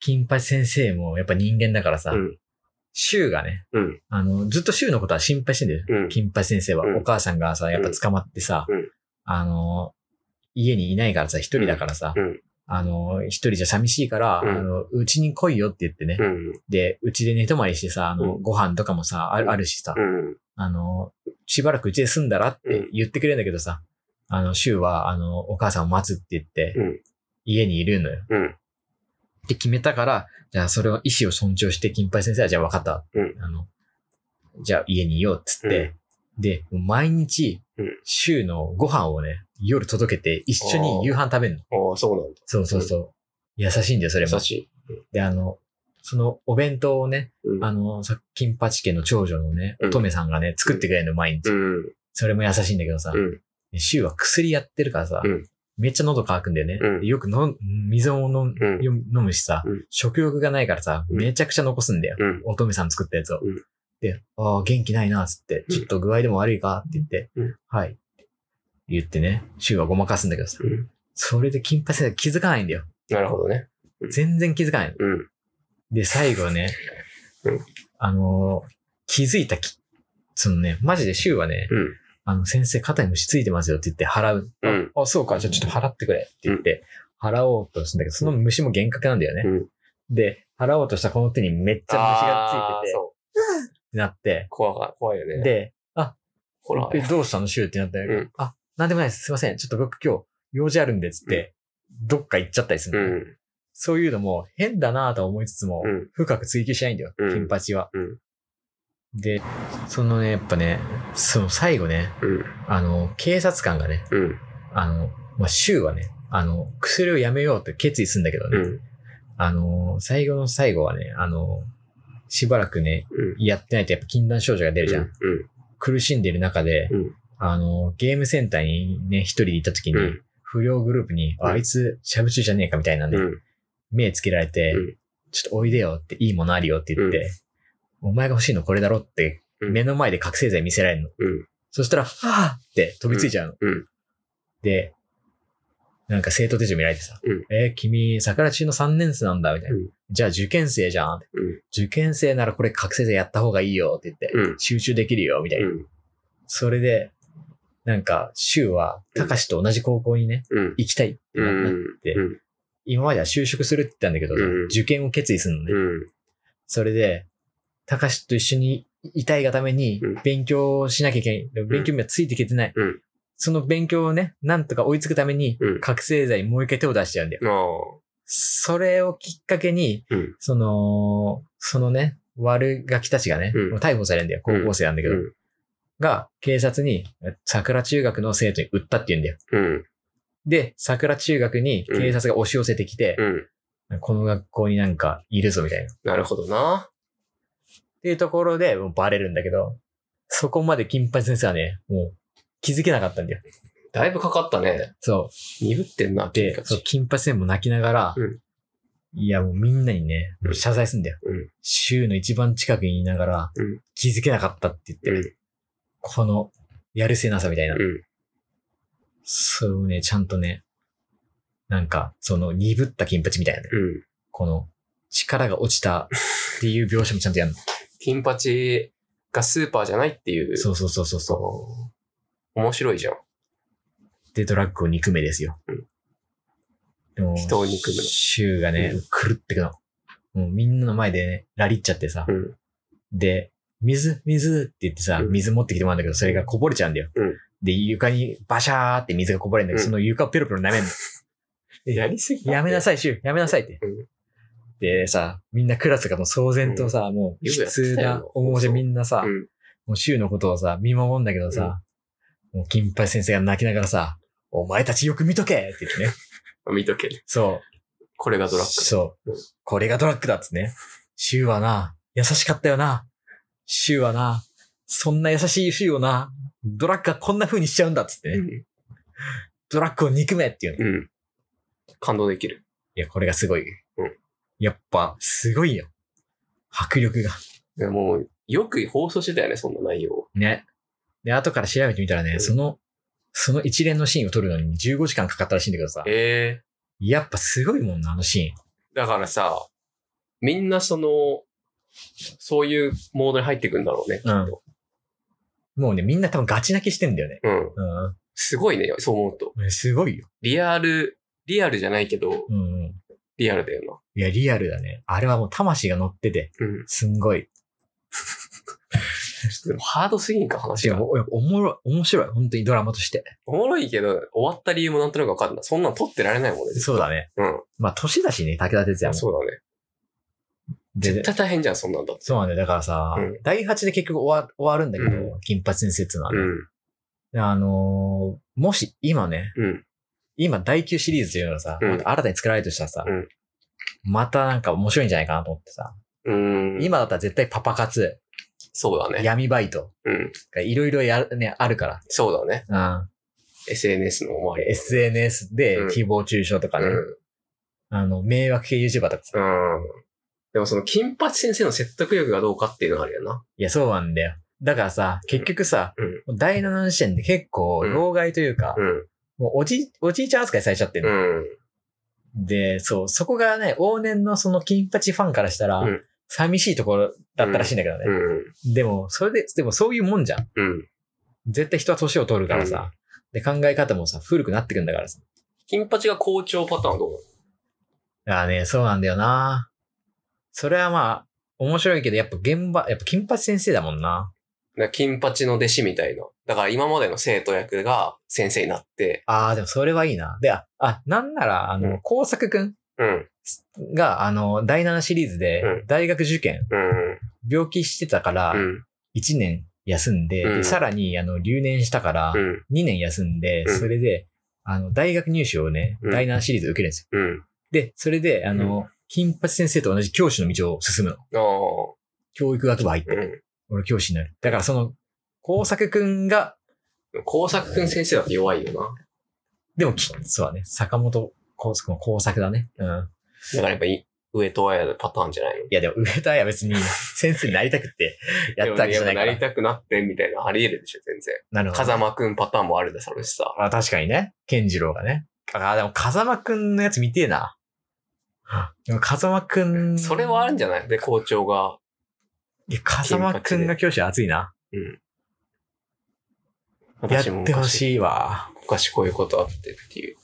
S2: 金八先生もやっぱ人間だからさ、
S1: うん。
S2: 柊がね、
S1: うん
S2: あの、ずっと柊のことは心配してんだよ。
S1: うん。
S2: 金八先生は、
S1: うん
S2: お母さんがさ、やっぱ捕まってさ、
S1: うん
S2: あの、家にいないからさ、一人だからさ、
S1: うん
S2: あの、一人じゃ寂しいから、
S1: うん
S2: あの、うちに来いよって言ってね、
S1: うん。
S2: で、うちで寝泊まりしてさ、あの、
S1: うん
S2: ご飯とかもさ、あ
S1: うん
S2: るあるしさ、
S1: うん。
S2: あの、しばらくうちで住んだらって言ってくれるんだけどさ、あの、柊は、あの、お母さんを待つって言って、
S1: うん
S2: 家にいるのよ。
S1: うん。
S2: って決めたから、じゃあそれを意思を尊重して、金八先生は、じゃあ分かった。
S1: うん
S2: あの、じゃあ家にいようっつって、で、毎日
S1: うん、
S2: 週のご飯をね、夜届けて一緒に夕飯食べるの。
S1: ああ、そうなんだ。
S2: そうそうそう。優しいんだよ、それも
S1: 優。しい。
S2: で、あの、そのお弁当をね、
S1: うん。
S2: あの、さ金八家の長女のね、
S1: うん
S2: 乙女さんがね、作ってくれるの、毎
S1: う
S2: 日。
S1: ん。
S2: それも優しいんだけどさ
S1: う、ん。
S2: で週は薬やってるからさ
S1: うん、
S2: めっちゃ喉乾くんだよね
S1: うん。
S2: でよくの水を飲む
S1: うん。
S2: よ飲むしさ
S1: うん、
S2: 食欲がないからさ、
S1: うん
S2: めちゃくちゃ残すんだよ。
S1: うん。
S2: 乙女さん作ったやつを
S1: うん。
S2: で、ああ、元気ないな、つって、
S1: うん
S2: ちょっと具合でも悪いかって言って
S1: うん、
S2: はい。言ってね、週はごまかすんだけどさ、
S1: うん。
S2: それで金八先生気づかないんだよ。
S1: なるほどね。
S2: 全然気づかないの。
S1: うん。
S2: で、最後ね
S1: うん、
S2: あのー気づいたき、そのね、マジで週はね、
S1: うん。
S2: あの、先生肩に虫ついてますよって言って払う。
S1: うん。
S2: あ、そうか、じゃあちょっと払ってくれって言って、払おうとするんだけど、その虫も幻覚なんだよね。
S1: うん
S2: で、払おうとしたこの手にめっちゃ虫が
S1: あ
S2: つ
S1: ー
S2: いてて、っ
S1: そう。
S2: てなって、
S1: 怖が、怖いよね。、
S2: で、
S1: ほら、
S2: えどうしたのシューってなったら、
S1: うん
S2: あ、なんでもないです。すいません。ちょっと僕今日用事あるんで、つって、どっか行っちゃったりす
S1: う
S2: るの、
S1: ん。
S2: そういうのも変だなぁとは思いつつも、
S1: うん。
S2: 深く追求しないんだよ、
S1: うん
S2: 金八は。
S1: うん
S2: で、そのね、やっぱね、その最後ね、
S1: うん。
S2: あの、警察官がね、
S1: うん。
S2: あの、まあ、柊はね、あの、薬をやめようって決意するんだけどね、
S1: うん。
S2: あの、最後の最後はね、あの、しばらくね、
S1: うん。
S2: やってないとやっぱ禁断症状が出るじゃん。
S1: うん。
S2: 苦しんでる中で、
S1: うん
S2: あの、ゲームセンターにね、一人でいた時に、
S1: うん
S2: 不良グループに、
S1: うん
S2: あいつ、しゃぶ中じゃねえかみたいなんで、
S1: うん。
S2: 目つけられて、
S1: うん
S2: ちょっとおいでよって、いいものあるよって言って、お前が欲しいのこれだろって、
S1: うん
S2: 目の前で覚醒剤見せられるの。
S1: うん。
S2: そしたら、はぁって飛びついちゃうの。
S1: うんうん
S2: で、なんか生徒手帳見られてさ、
S1: うん
S2: えー君、桜中の3年生なんだ、みたいな。
S1: うん
S2: じゃあ受験生じゃん。
S1: うん
S2: 受験生ならこれ覚醒剤やった方がいいよって言って、
S1: うん
S2: 集中できるよ、みたいな。
S1: うん。
S2: それで、なんか、柊は、たかしと同じ高校にね、
S1: うん。
S2: 行きたいっ
S1: う
S2: てなった。
S1: ん。
S2: て
S1: うん。
S2: 今までは就職するって言ったんだけど、
S1: うん
S2: 受験を決意するのね。
S1: うん。
S2: それで、たかしと一緒にいたいがために
S1: うん、
S2: 勉強をしなきゃいけない。でも勉強にはついていけてない。
S1: うん
S2: その勉強をね、なんとか追いつくために
S1: うん、
S2: 覚醒剤にもう一回手を出しちゃうんだよ。
S1: ああ。
S2: それをきっかけに、
S1: うん。
S2: その、そのね、悪ガキたちがね、
S1: うん
S2: もう逮捕されるんだよ。高校生なんだけど。
S1: うん
S2: が、警察に、桜中学の生徒に売ったって言うんだよ。
S1: うん。
S2: で、桜中学に警察が押し寄せてきて、
S1: うん。
S2: この学校になんかいるぞみたいな。っ
S1: なるほどな。
S2: ていうところでもうバレるんだけど、そこまで金八先生はね、もう気づけなかったんだよ。
S1: だいぶかかったね。
S2: そ
S1: 鈍ってんな、
S2: う。で、そう金八先生も泣きながら、
S1: うん
S2: いやもうみんなにね、
S1: うん
S2: 謝罪すんだよ。
S1: うん
S2: 州の一番近くにいながら
S1: うん、
S2: 気づけなかったって言って、
S1: うん。
S2: この、やるせなさみたいな。
S1: うん。
S2: そうね、ちゃんとね、なんか、その、鈍った金八みたいなね。
S1: うん。
S2: この、力が落ちたっていう描写もちゃんとやるの。
S1: 金八がスーパーじゃないっていう。
S2: そうそうそうそうそ
S1: そう。面白いじゃん。
S2: う。で、ドラッグを憎めですよ。
S1: うん
S2: でも
S1: 人を憎むの
S2: シューがね
S1: う、
S2: 狂ってくの。もうみんなの前でね、ラリっちゃってさ。
S1: うん。
S2: で、水、水って言ってさ、
S1: うん
S2: 水持ってきてもらうんだけど、それがこぼれちゃうんだよ。
S1: うん
S2: で、床にバシャーって水がこぼれるんだけど、
S1: うん
S2: その床をペロペロ舐 めんの。
S1: やりすぎ
S2: やめな
S1: さ
S2: さい、シュー、やめなさいって。
S1: うん
S2: でさ、みんなクラスがもう騒然とさ、もう
S1: よくやってた
S2: 悲
S1: よ
S2: 痛な思いでみんなさ、
S1: うん。
S2: もうシューのことをさ、見守るんだけどさ、もう金八先生が泣きながらさ、お前たちよく見とけって言ってね。
S1: 見とけね。
S2: そう。
S1: これがドラッ
S2: そう
S1: うん。
S2: これがドラッグだっつってね。シューはな、優しかったよな。シューはな、そんな優しいシューをな、ドラッグがこんな風にしちゃうんだっつってね。
S1: グ。うん。
S2: ドラッグを憎めっていうね。
S1: うん。感動できる。
S2: いや、これがすごい。
S1: うん
S2: やっぱ、すごいよ。迫力が。
S1: いやもう、よく放送してたよね、そんな内容。
S2: ね。で、後から調べてみたらね、
S1: うん
S2: その、その一連のシーンを撮るのに15時間かかったらしいんだけどさ、
S1: ええ
S2: やっぱすごいもんな、あのシーン。
S1: だからさ、みんなその、そういうモードに入ってくんだろうね。
S2: うんもうね、みんな多分ガチ泣きしてんだよね。
S1: うん。
S2: う
S1: すごいね、そう思うと。
S2: ん。すごいよ。
S1: リアル、リアルじゃないけど、
S2: うんうん。
S1: リアルだよ
S2: いや、リアルだね。あれはもう魂が乗ってて、
S1: な。うん。
S2: すんご
S1: ち
S2: い。
S1: ょっとでもハードすぎんか、話
S2: 違
S1: が
S2: う、。おおもろい、面白い。本当にドラマとして。
S1: おもろいけど、終わった理由もなんとなくわかんない。そんなん撮ってられないもんね。
S2: そうだね。
S1: うん。
S2: まあ、年だしね、武田鉄矢も。
S1: そうだね。
S2: で
S1: 絶対大変じゃん、そんなんだって。
S2: そうなんだよ。だからさ、
S1: うん
S2: 第8で結局終わ終わるんだけど、金八先生っていうのはね。
S1: ん。
S2: あのーもし今ね、
S1: うん。
S2: 今第9シリーズというのがさ、
S1: うん
S2: また新たに作られるとしたらさ、
S1: うん
S2: またなんか面白いんじゃないかなと思ってさ、
S1: うん。
S2: 今だったら絶対パパ活、
S1: そうだね。
S2: 闇バイト、
S1: うん。
S2: いろいろやるね、あるか
S1: そうだね。
S2: ら、うん
S1: SNS の周り。
S2: SNS で
S1: うん
S2: 誹謗中傷とかね、
S1: うん。
S2: あの、迷惑系 YouTuber とかさ、
S1: うん。でもその、金八先生の説得力がどうかっていうのがあるよな。
S2: いや、そうなんだよ。だからさ、結局さ、
S1: うん
S2: 第7視点で結構、
S1: うん
S2: 老害というか、
S1: うん。
S2: もうおじ、おじいちゃん扱いされちゃってる、
S1: うん。
S2: で、そう、そこがね、往年のその金八ファンからしたら、
S1: うん
S2: 寂しいところだったらしいんだけどね。
S1: うん。
S2: でも、それで、でもそういうもんじゃん。
S1: うん。
S2: 絶対人は年を取るからさ。で、考え方もさ、古くなってくんだからさ。
S1: 金八が好調パターンはどうなの
S2: ああね、そうなんだよな。それはまあ、面白いけど、やっぱ現場、やっぱ金八先生だもんな。
S1: だから金八の弟子みたいな。だから今までの生徒役が先生になって、
S2: ああ、でもそれはいいな。で、あ、あなんなら、あ
S1: う
S2: の、
S1: ん
S2: 工作くん
S1: うん。
S2: が、あの、第7シリーズ
S1: う
S2: で、大学受験、
S1: うん。
S2: 病気してたから
S1: う、ん。
S2: 1年休んで、
S1: う
S2: で
S1: ん
S2: さらに、あの、留年したから
S1: う、ん。
S2: 2年休んで、
S1: うん
S2: それで、あの、大学入試をね、
S1: うん
S2: 第7シリーズ受けるんですよ。
S1: うん。
S2: で、それで、あの、金八先生と同じ教師の道を進むの。
S1: ああ。
S2: 教育学部入って、
S1: う
S2: 俺教師になる。だからその、工作くんが、
S1: ん。工作くん先生だって弱いよな。
S2: でもき、そうだね、坂本工作の工作だね。うん。
S1: だからやっぱい、上戸彩のパターンじゃないの
S2: いやでも、上田は別に先生になりたくってやったわけじゃな
S1: でもねやっぱ
S2: いか
S1: な
S2: ら
S1: り。たくなってみたいな、あり得るでしょ、全然。
S2: なるほ
S1: 風
S2: ど。
S1: 間くんパターンもあるでしょうしさ。
S2: あ確かにね、健次郎がね。あ、でも風間くんのやつ見てえな。でも風間くん。
S1: それはあるんじゃないで、校長が。
S2: いや風間くんが教師熱いな。
S1: うん。
S2: やっ
S1: 私も
S2: てほ
S1: 昔、
S2: しいわ。
S1: 昔こういうことあってっていう。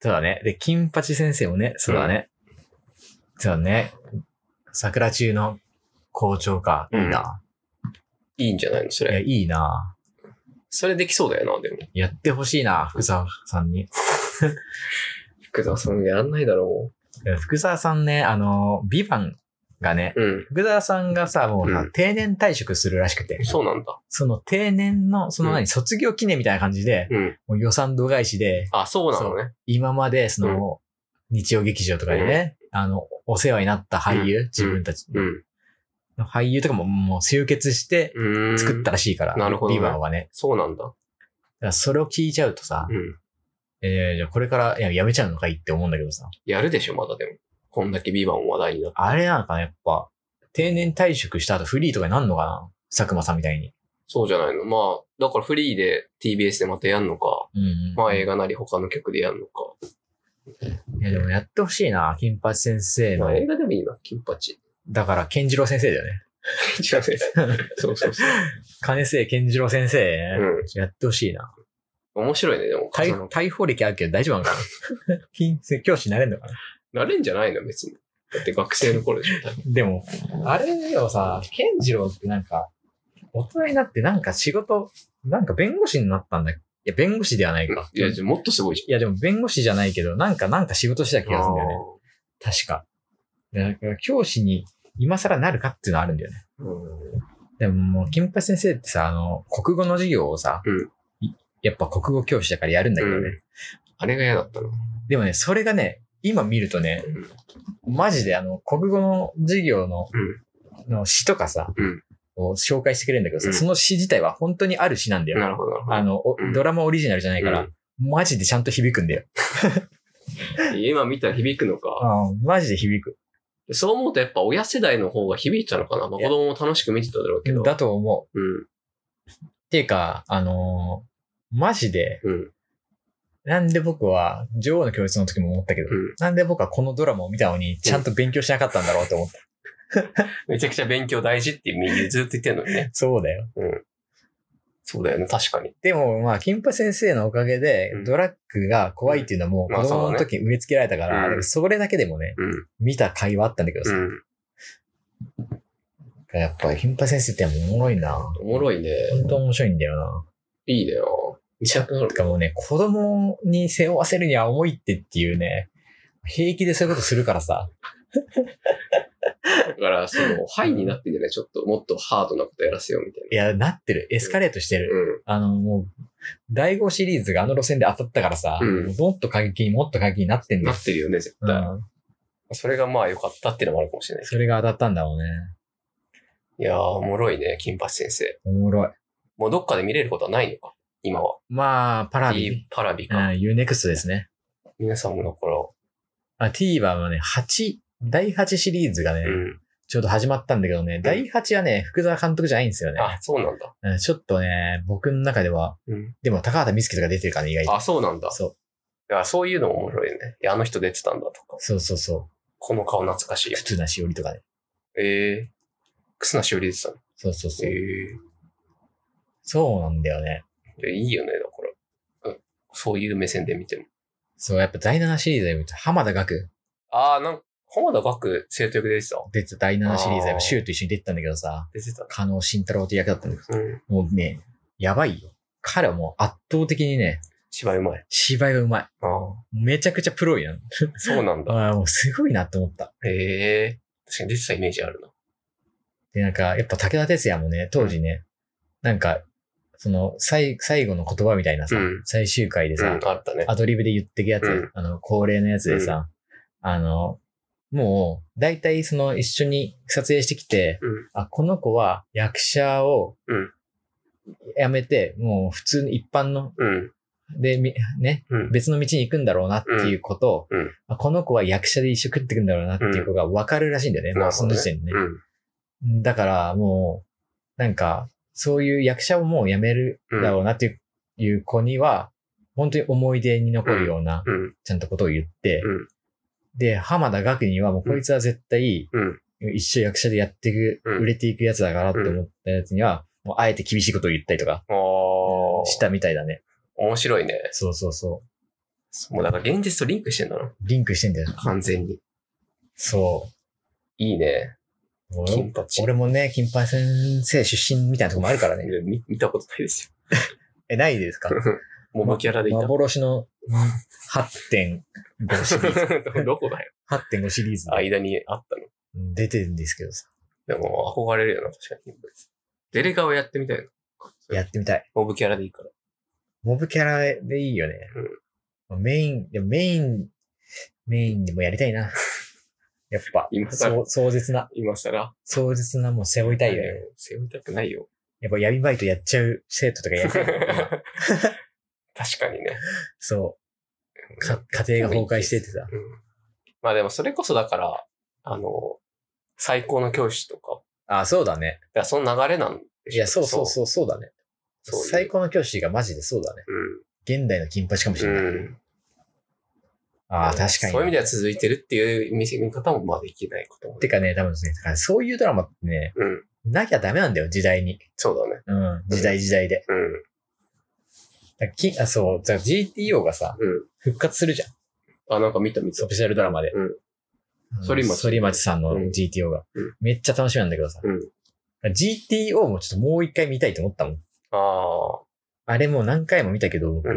S2: そうだね。で、金八先生もね、そうだね。そうだね。桜中の校長か。いいな。
S1: いいんじゃないのそ
S2: いや、
S1: れ。
S2: いいな。
S1: それできそうだよな、でも。
S2: やってほしいな、福沢さんに。
S1: 福沢さんやんないだろ
S2: いや福沢さんね、あの、ビバンがね、
S1: う。うん。
S2: 福沢さんがさ、もうさ
S1: うん
S2: 定年退職するらしくて、
S1: そうなんだ。
S2: その定年の、その何、
S1: うん
S2: 卒業記念みたいな感じで、
S1: うん。
S2: もう予算度外視で、
S1: あ、そうなのね。
S2: 今まで、その、日曜劇場とかでね、あの、お世話になった俳優、自分たち
S1: うん。
S2: の俳優とかももう集結して
S1: うーん。
S2: 作った。らしいから、
S1: なるほどね
S2: ビバンはね。
S1: そうなんだ。
S2: だからそれを聞いちゃうとさ、
S1: うん。
S2: えー、じゃあこれからいややめちゃうのかいって思うんだけどさ、
S1: やるでしょ、まだでも。こんだけビバン話題になって。
S2: あれなのかな、やっぱ、定年退職した後フリーとかになんのかな佐久間さんみたいに。
S1: そうじゃないの。まあ、だからフリーで TBS でまたやんのか、
S2: うんうん
S1: まあ映画なり他の曲でやんのか。
S2: いや、でもやってほしいな、金八先生
S1: ま
S2: の
S1: あ。映画でもいいな、金八。
S2: だから、健次郎先生だよね。
S1: 違うね。 そうそうそう。
S2: 金末健次郎先生ね。
S1: うん。
S2: やってほしいな。
S1: 面白いね、でも。
S2: 逮
S1: その
S2: 逮捕歴あるけど大丈夫なのかな 金教師になれんのかな
S1: なれんじゃないの、別に。だって学生の頃で しょ、多分
S2: でも、あれよさ、健次郎ってなんか、大人になってなんか仕事、なんか弁護士になったんだ。いや、弁護士ではないか。
S1: いや、じゃあもっとすごいじ
S2: いやでも弁護士じゃないけど、なんか、なんか仕事してた
S1: ゃん。
S2: 気がするんだよね。確か。だから教師に今更なるかっていうのはあるんだよね。
S1: あーうん
S2: でももう、金八先生ってさ、あの、国語の授業をさ、
S1: うん
S2: いやっぱ国語教師だからやるんだけどね。
S1: うあれが嫌だったな。
S2: でもね、それがね、今見るとね、マジであの、国語の授業の、の詩とかさ、
S1: うん
S2: を紹介してくれるんだけどさ、
S1: うん
S2: その詩自体は本当にある詩なんだ
S1: うん。
S2: よ。
S1: なるほど、なるほど。
S2: あの、お
S1: うん
S2: ドラマオリジナルじゃないから、マジでちゃんと響くんだよ。
S1: うん今見たら響くのか。
S2: うん、マジで響く。
S1: そう思うとやっぱ親世代の方が響いたのかな。まあ、
S2: いや
S1: 子供も楽しく見てただろうけど。
S2: だと思う。
S1: うん。
S2: っていうか、あのーマジで、
S1: うん。
S2: なんで僕は、女王の教室の時も思ったけど、
S1: うん。
S2: なんで僕はこのドラマを見たのに、ちゃんと勉強しなかったんだろうと思った。
S1: めちゃくちゃ勉強大事ってみんなずっと言ってんのにね。
S2: そうだよ。
S1: そうだよね、確かに。
S2: でも、まあ、金八先生のおかげで
S1: うん、
S2: ドラッグが怖いっていうのはもう
S1: まあ
S2: 子供の時に植え付けられたか
S1: そうだ
S2: ら、
S1: ね
S2: でもそれだけでもね、
S1: うん。
S2: 見た会話あったんだけどさ、
S1: うん。
S2: やっぱり金八先生っておもろいな。
S1: おもろいね。
S2: 本当面白いんだよな。
S1: いいねよ。見たくなる
S2: て。かもうね、子供に背負わせるには重いってっていうね、平気でそういうことするからさ、
S1: だから、その、ハイになってんじゃないちょっと、もっとハードなことやらせようみたい
S2: いや、なってる。エスカレートしてる。
S1: な。
S2: あの、もう、第5シリーズがあの路線で当たったからさ、
S1: うん
S2: もっと過激にもっと過激になって
S1: うんん。
S2: だ
S1: な
S2: よ。
S1: ってるよね、絶
S2: う
S1: 対。
S2: ん、
S1: それがまあ良かったっていうのもあるかもしれないけ
S2: それが当たったんだろうね。
S1: ど。いやー、おもろいね、金八先生。
S2: おもろい。
S1: もうどっかで見れることはないのか今は。
S2: まあ、パラビ。
S1: D パラビ
S2: う
S1: か。
S2: ん、UNEXT ですね。
S1: 皆さんもだから、
S2: あ、TVer はね、8、第8シリーズがね、
S1: うん。
S2: ちょうど始まったんだけどね、第8はね、福沢監督じゃないんですよね。
S1: あ、そうなんだ。
S2: うんちょっとね、僕の中では、
S1: うん。
S2: でも高畑美月とか出てるからね、意外と。
S1: あ、そうなんだ。
S2: そう。
S1: いや、そういうのも面白いよね。いや、あの人出てたんだとか。
S2: そうそうそ。
S1: この顔懐かしいうよ。
S2: 普通なしおりとかね。
S1: ええー。楠名しおり出てたの。
S2: そうそうそう。
S1: え
S2: そうなんだよね。
S1: えいいよね、だから。うん。そういう目線で見ても。
S2: そう、やっぱ第7シリーズで見た浜田学
S1: ああ、なんか、浜田学生徒役で出てた
S2: 出てた第7シリーズ
S1: あー
S2: で、シューと一緒に出てたんだけどさ、
S1: 出てた。
S2: 加納慎太郎という役だったんだけ
S1: うん。
S2: ど、もうね、やばいよ。彼はもう圧倒的にね、
S1: 芝居うまい。
S2: 芝居がうまい。
S1: ああ。
S2: めちゃくちゃプロやん。
S1: そうなんだ。
S2: ああ、もうすごいなって思った。
S1: ええ確かに出てたイメージあるな。
S2: で、なんか、やっぱ武田鉄矢もね、当時ね、なんか、その、最、最後の言葉みたいなさ、
S1: うん
S2: 最終回で
S1: う
S2: さ、
S1: ん、あったね。
S2: アドリブで言ってくやつ、
S1: うん
S2: あの、恒例のやつでさ、あの、もう、だいたいその、一緒に撮影してきて、
S1: うん
S2: あ、この子は役者を
S1: うん、
S2: やめて、もう普通の一般の、
S1: うん。
S2: で、みね、
S1: うん。
S2: 別の道に行くんだろうなっていうことを、
S1: うんうん
S2: あこの子は役者で一生食ってくんだろうなっていう子が分かるらしいんだよね、
S1: なる
S2: そ
S1: ほど
S2: の
S1: ね
S2: 時点でね。
S1: うん。
S2: だからもう、なんか、そういう役者をもう辞めるだろうなっていう,、子には、本当に思い出に残るような、
S1: うん。
S2: ちゃんとことを言って、
S1: うん
S2: で、浜田学人はもうこいつは絶対、
S1: うん
S2: 一生役者でやっていく、
S1: うん
S2: 売れていくやつだからって思ったやつには、もうあえて厳しいことを言ったりとか、
S1: おー。
S2: したみたいだね。
S1: 面白いね。
S2: そうそうそ
S1: もうだから現実とリンクしてんだな。
S2: う。リンクしてんだよ。
S1: 完全に。
S2: そ
S1: いいね。
S2: う。俺
S1: 金八。
S2: 俺もね、金八先生出身みたいなとこもあるからね。
S1: 俺見見 たことないです
S2: え、ないです か
S1: よ。モブキャラでいた。
S2: 幻の8.5シリ ーズ。
S1: どこだよ。
S2: 8.5シリーズで
S1: 間にあったの。
S2: 出てるんですけどさ。
S1: でも憧れるよな、確かに。デレカはやってみたいな。
S2: やってみたい。
S1: モブキャラでいいから。
S2: モブキャラでいいよね。メイン、でもメイン、メインでもやりたいな。やっぱ、
S1: 今更
S2: そう壮絶な、
S1: 今更。
S2: 壮絶なもん背負いたいよね。。
S1: 背負いたくないよ。
S2: やっぱ闇バイトやっちゃう生徒とかやりたい。
S1: 確かにね。
S2: そう。か家庭が崩壊しててさ。
S1: うんまあでもそれこそだから、あの、最高の教師とか、
S2: あ、そうだね。
S1: だからその流れなんでしょ
S2: いや、そうそうそう、そうだね。
S1: そういう
S2: 最高の教師がマジでそうだね。現代の金八かもし
S1: う
S2: れ
S1: ん。
S2: ない。
S1: うん。
S2: ああ、確かに。
S1: そういう意味では続いてるっていう見せ見方もまあできないことも。
S2: てかね、多分ね、だからそういうドラマってね、
S1: うん。
S2: なきゃダメなんだよ、時代に。
S1: そうだね。
S2: うん、時代時代で。
S1: うん。
S2: だからきあそう、だから GTO がさ、
S1: うん。
S2: 復活するじゃん。
S1: あ、なんか見た見た
S2: オ。フィシャルドラマで。
S1: うん
S2: ん
S1: 反町
S2: 反町さんの
S1: うん
S2: GTO が、
S1: うん
S2: めっちゃ楽しみなんだけどさ。
S1: うん
S2: GTO もちょっともう一回見たいと思ったもん。
S1: ああ、
S2: あれもう何回も見たけど、だか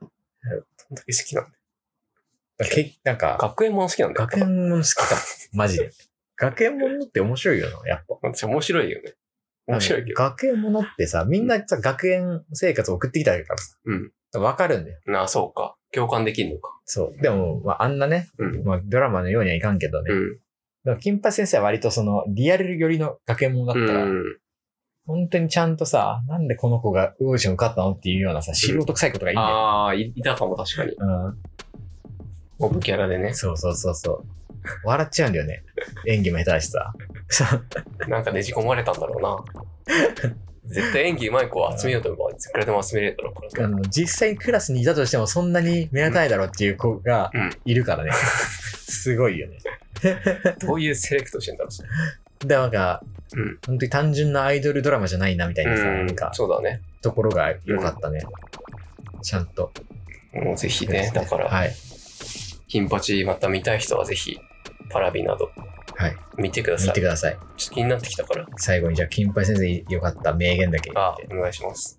S1: どんだけ好きなんだ。
S2: らけなんか、
S1: 学園もの好きなんだよ。
S2: 学園もの好き か。マジで。学園ものって面白いよな、やっぱ。
S1: 私面白いよね。面白いけど。
S2: 学園ものってさ、みんなさ、学園生活を送ってきたからさ。
S1: うん。
S2: わかるんだよ。
S1: なあ、そうか。共感できるのか。
S2: そう。でも、まあ、あんなね、
S1: うん。
S2: まあ、ドラマのようにはいかんけどね。
S1: うん。
S2: でも、金八先生は割とその、リアル寄りの学園ものだったから、
S1: うん。
S2: 本当にちゃんとさ、なんでこの子がオーディション受かったのっていうようなさ、素人臭いことがいいんだよ。
S1: ああ、いいたかも確かに。
S2: う
S1: モブキャラでね
S2: ん。。そうそうそうそう。笑っちゃうんだよね。演技も下手だしさ。そう
S1: なんかねじ込まれたんだ ろうな。絶対演技上手い子を集めようと思えば、いくらでも集めれるだろうか
S2: あ
S1: ら。
S2: の実際クラスにいたとしてもそんなに目立たないだろうっていう子が
S1: うん
S2: い るからね。すごいよね。
S1: どういうセレクトしてんだろうそれ
S2: だからなんか、
S1: うん
S2: 本当に単純なアイドルドラマじゃないなみたいなさ、なんか、
S1: そうだね。
S2: ところが良かったね。ちゃんと。
S1: もうぜひね、だから、
S2: はい。
S1: 金八また見たい人はぜひ、パラビなど
S2: はい。
S1: 見てくだ
S2: 見
S1: さい。
S2: て
S1: ちょ
S2: ください。
S1: っと気になってきたから。
S2: 最後にじゃあ、金八先生良かった名言だけ言っ
S1: あ
S2: て。
S1: お願いします。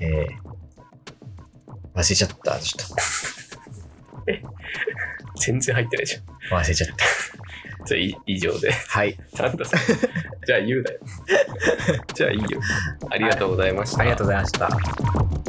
S2: えー、忘れちゃった。ちょっ
S1: 全然入ってないじゃん。
S2: と。忘れちゃった。
S1: じゃあい、以上で。
S2: はい。
S1: なんだそれじゃあ言うだよ。じゃあいいよ。ありがとうございました。
S2: ありがとうございました。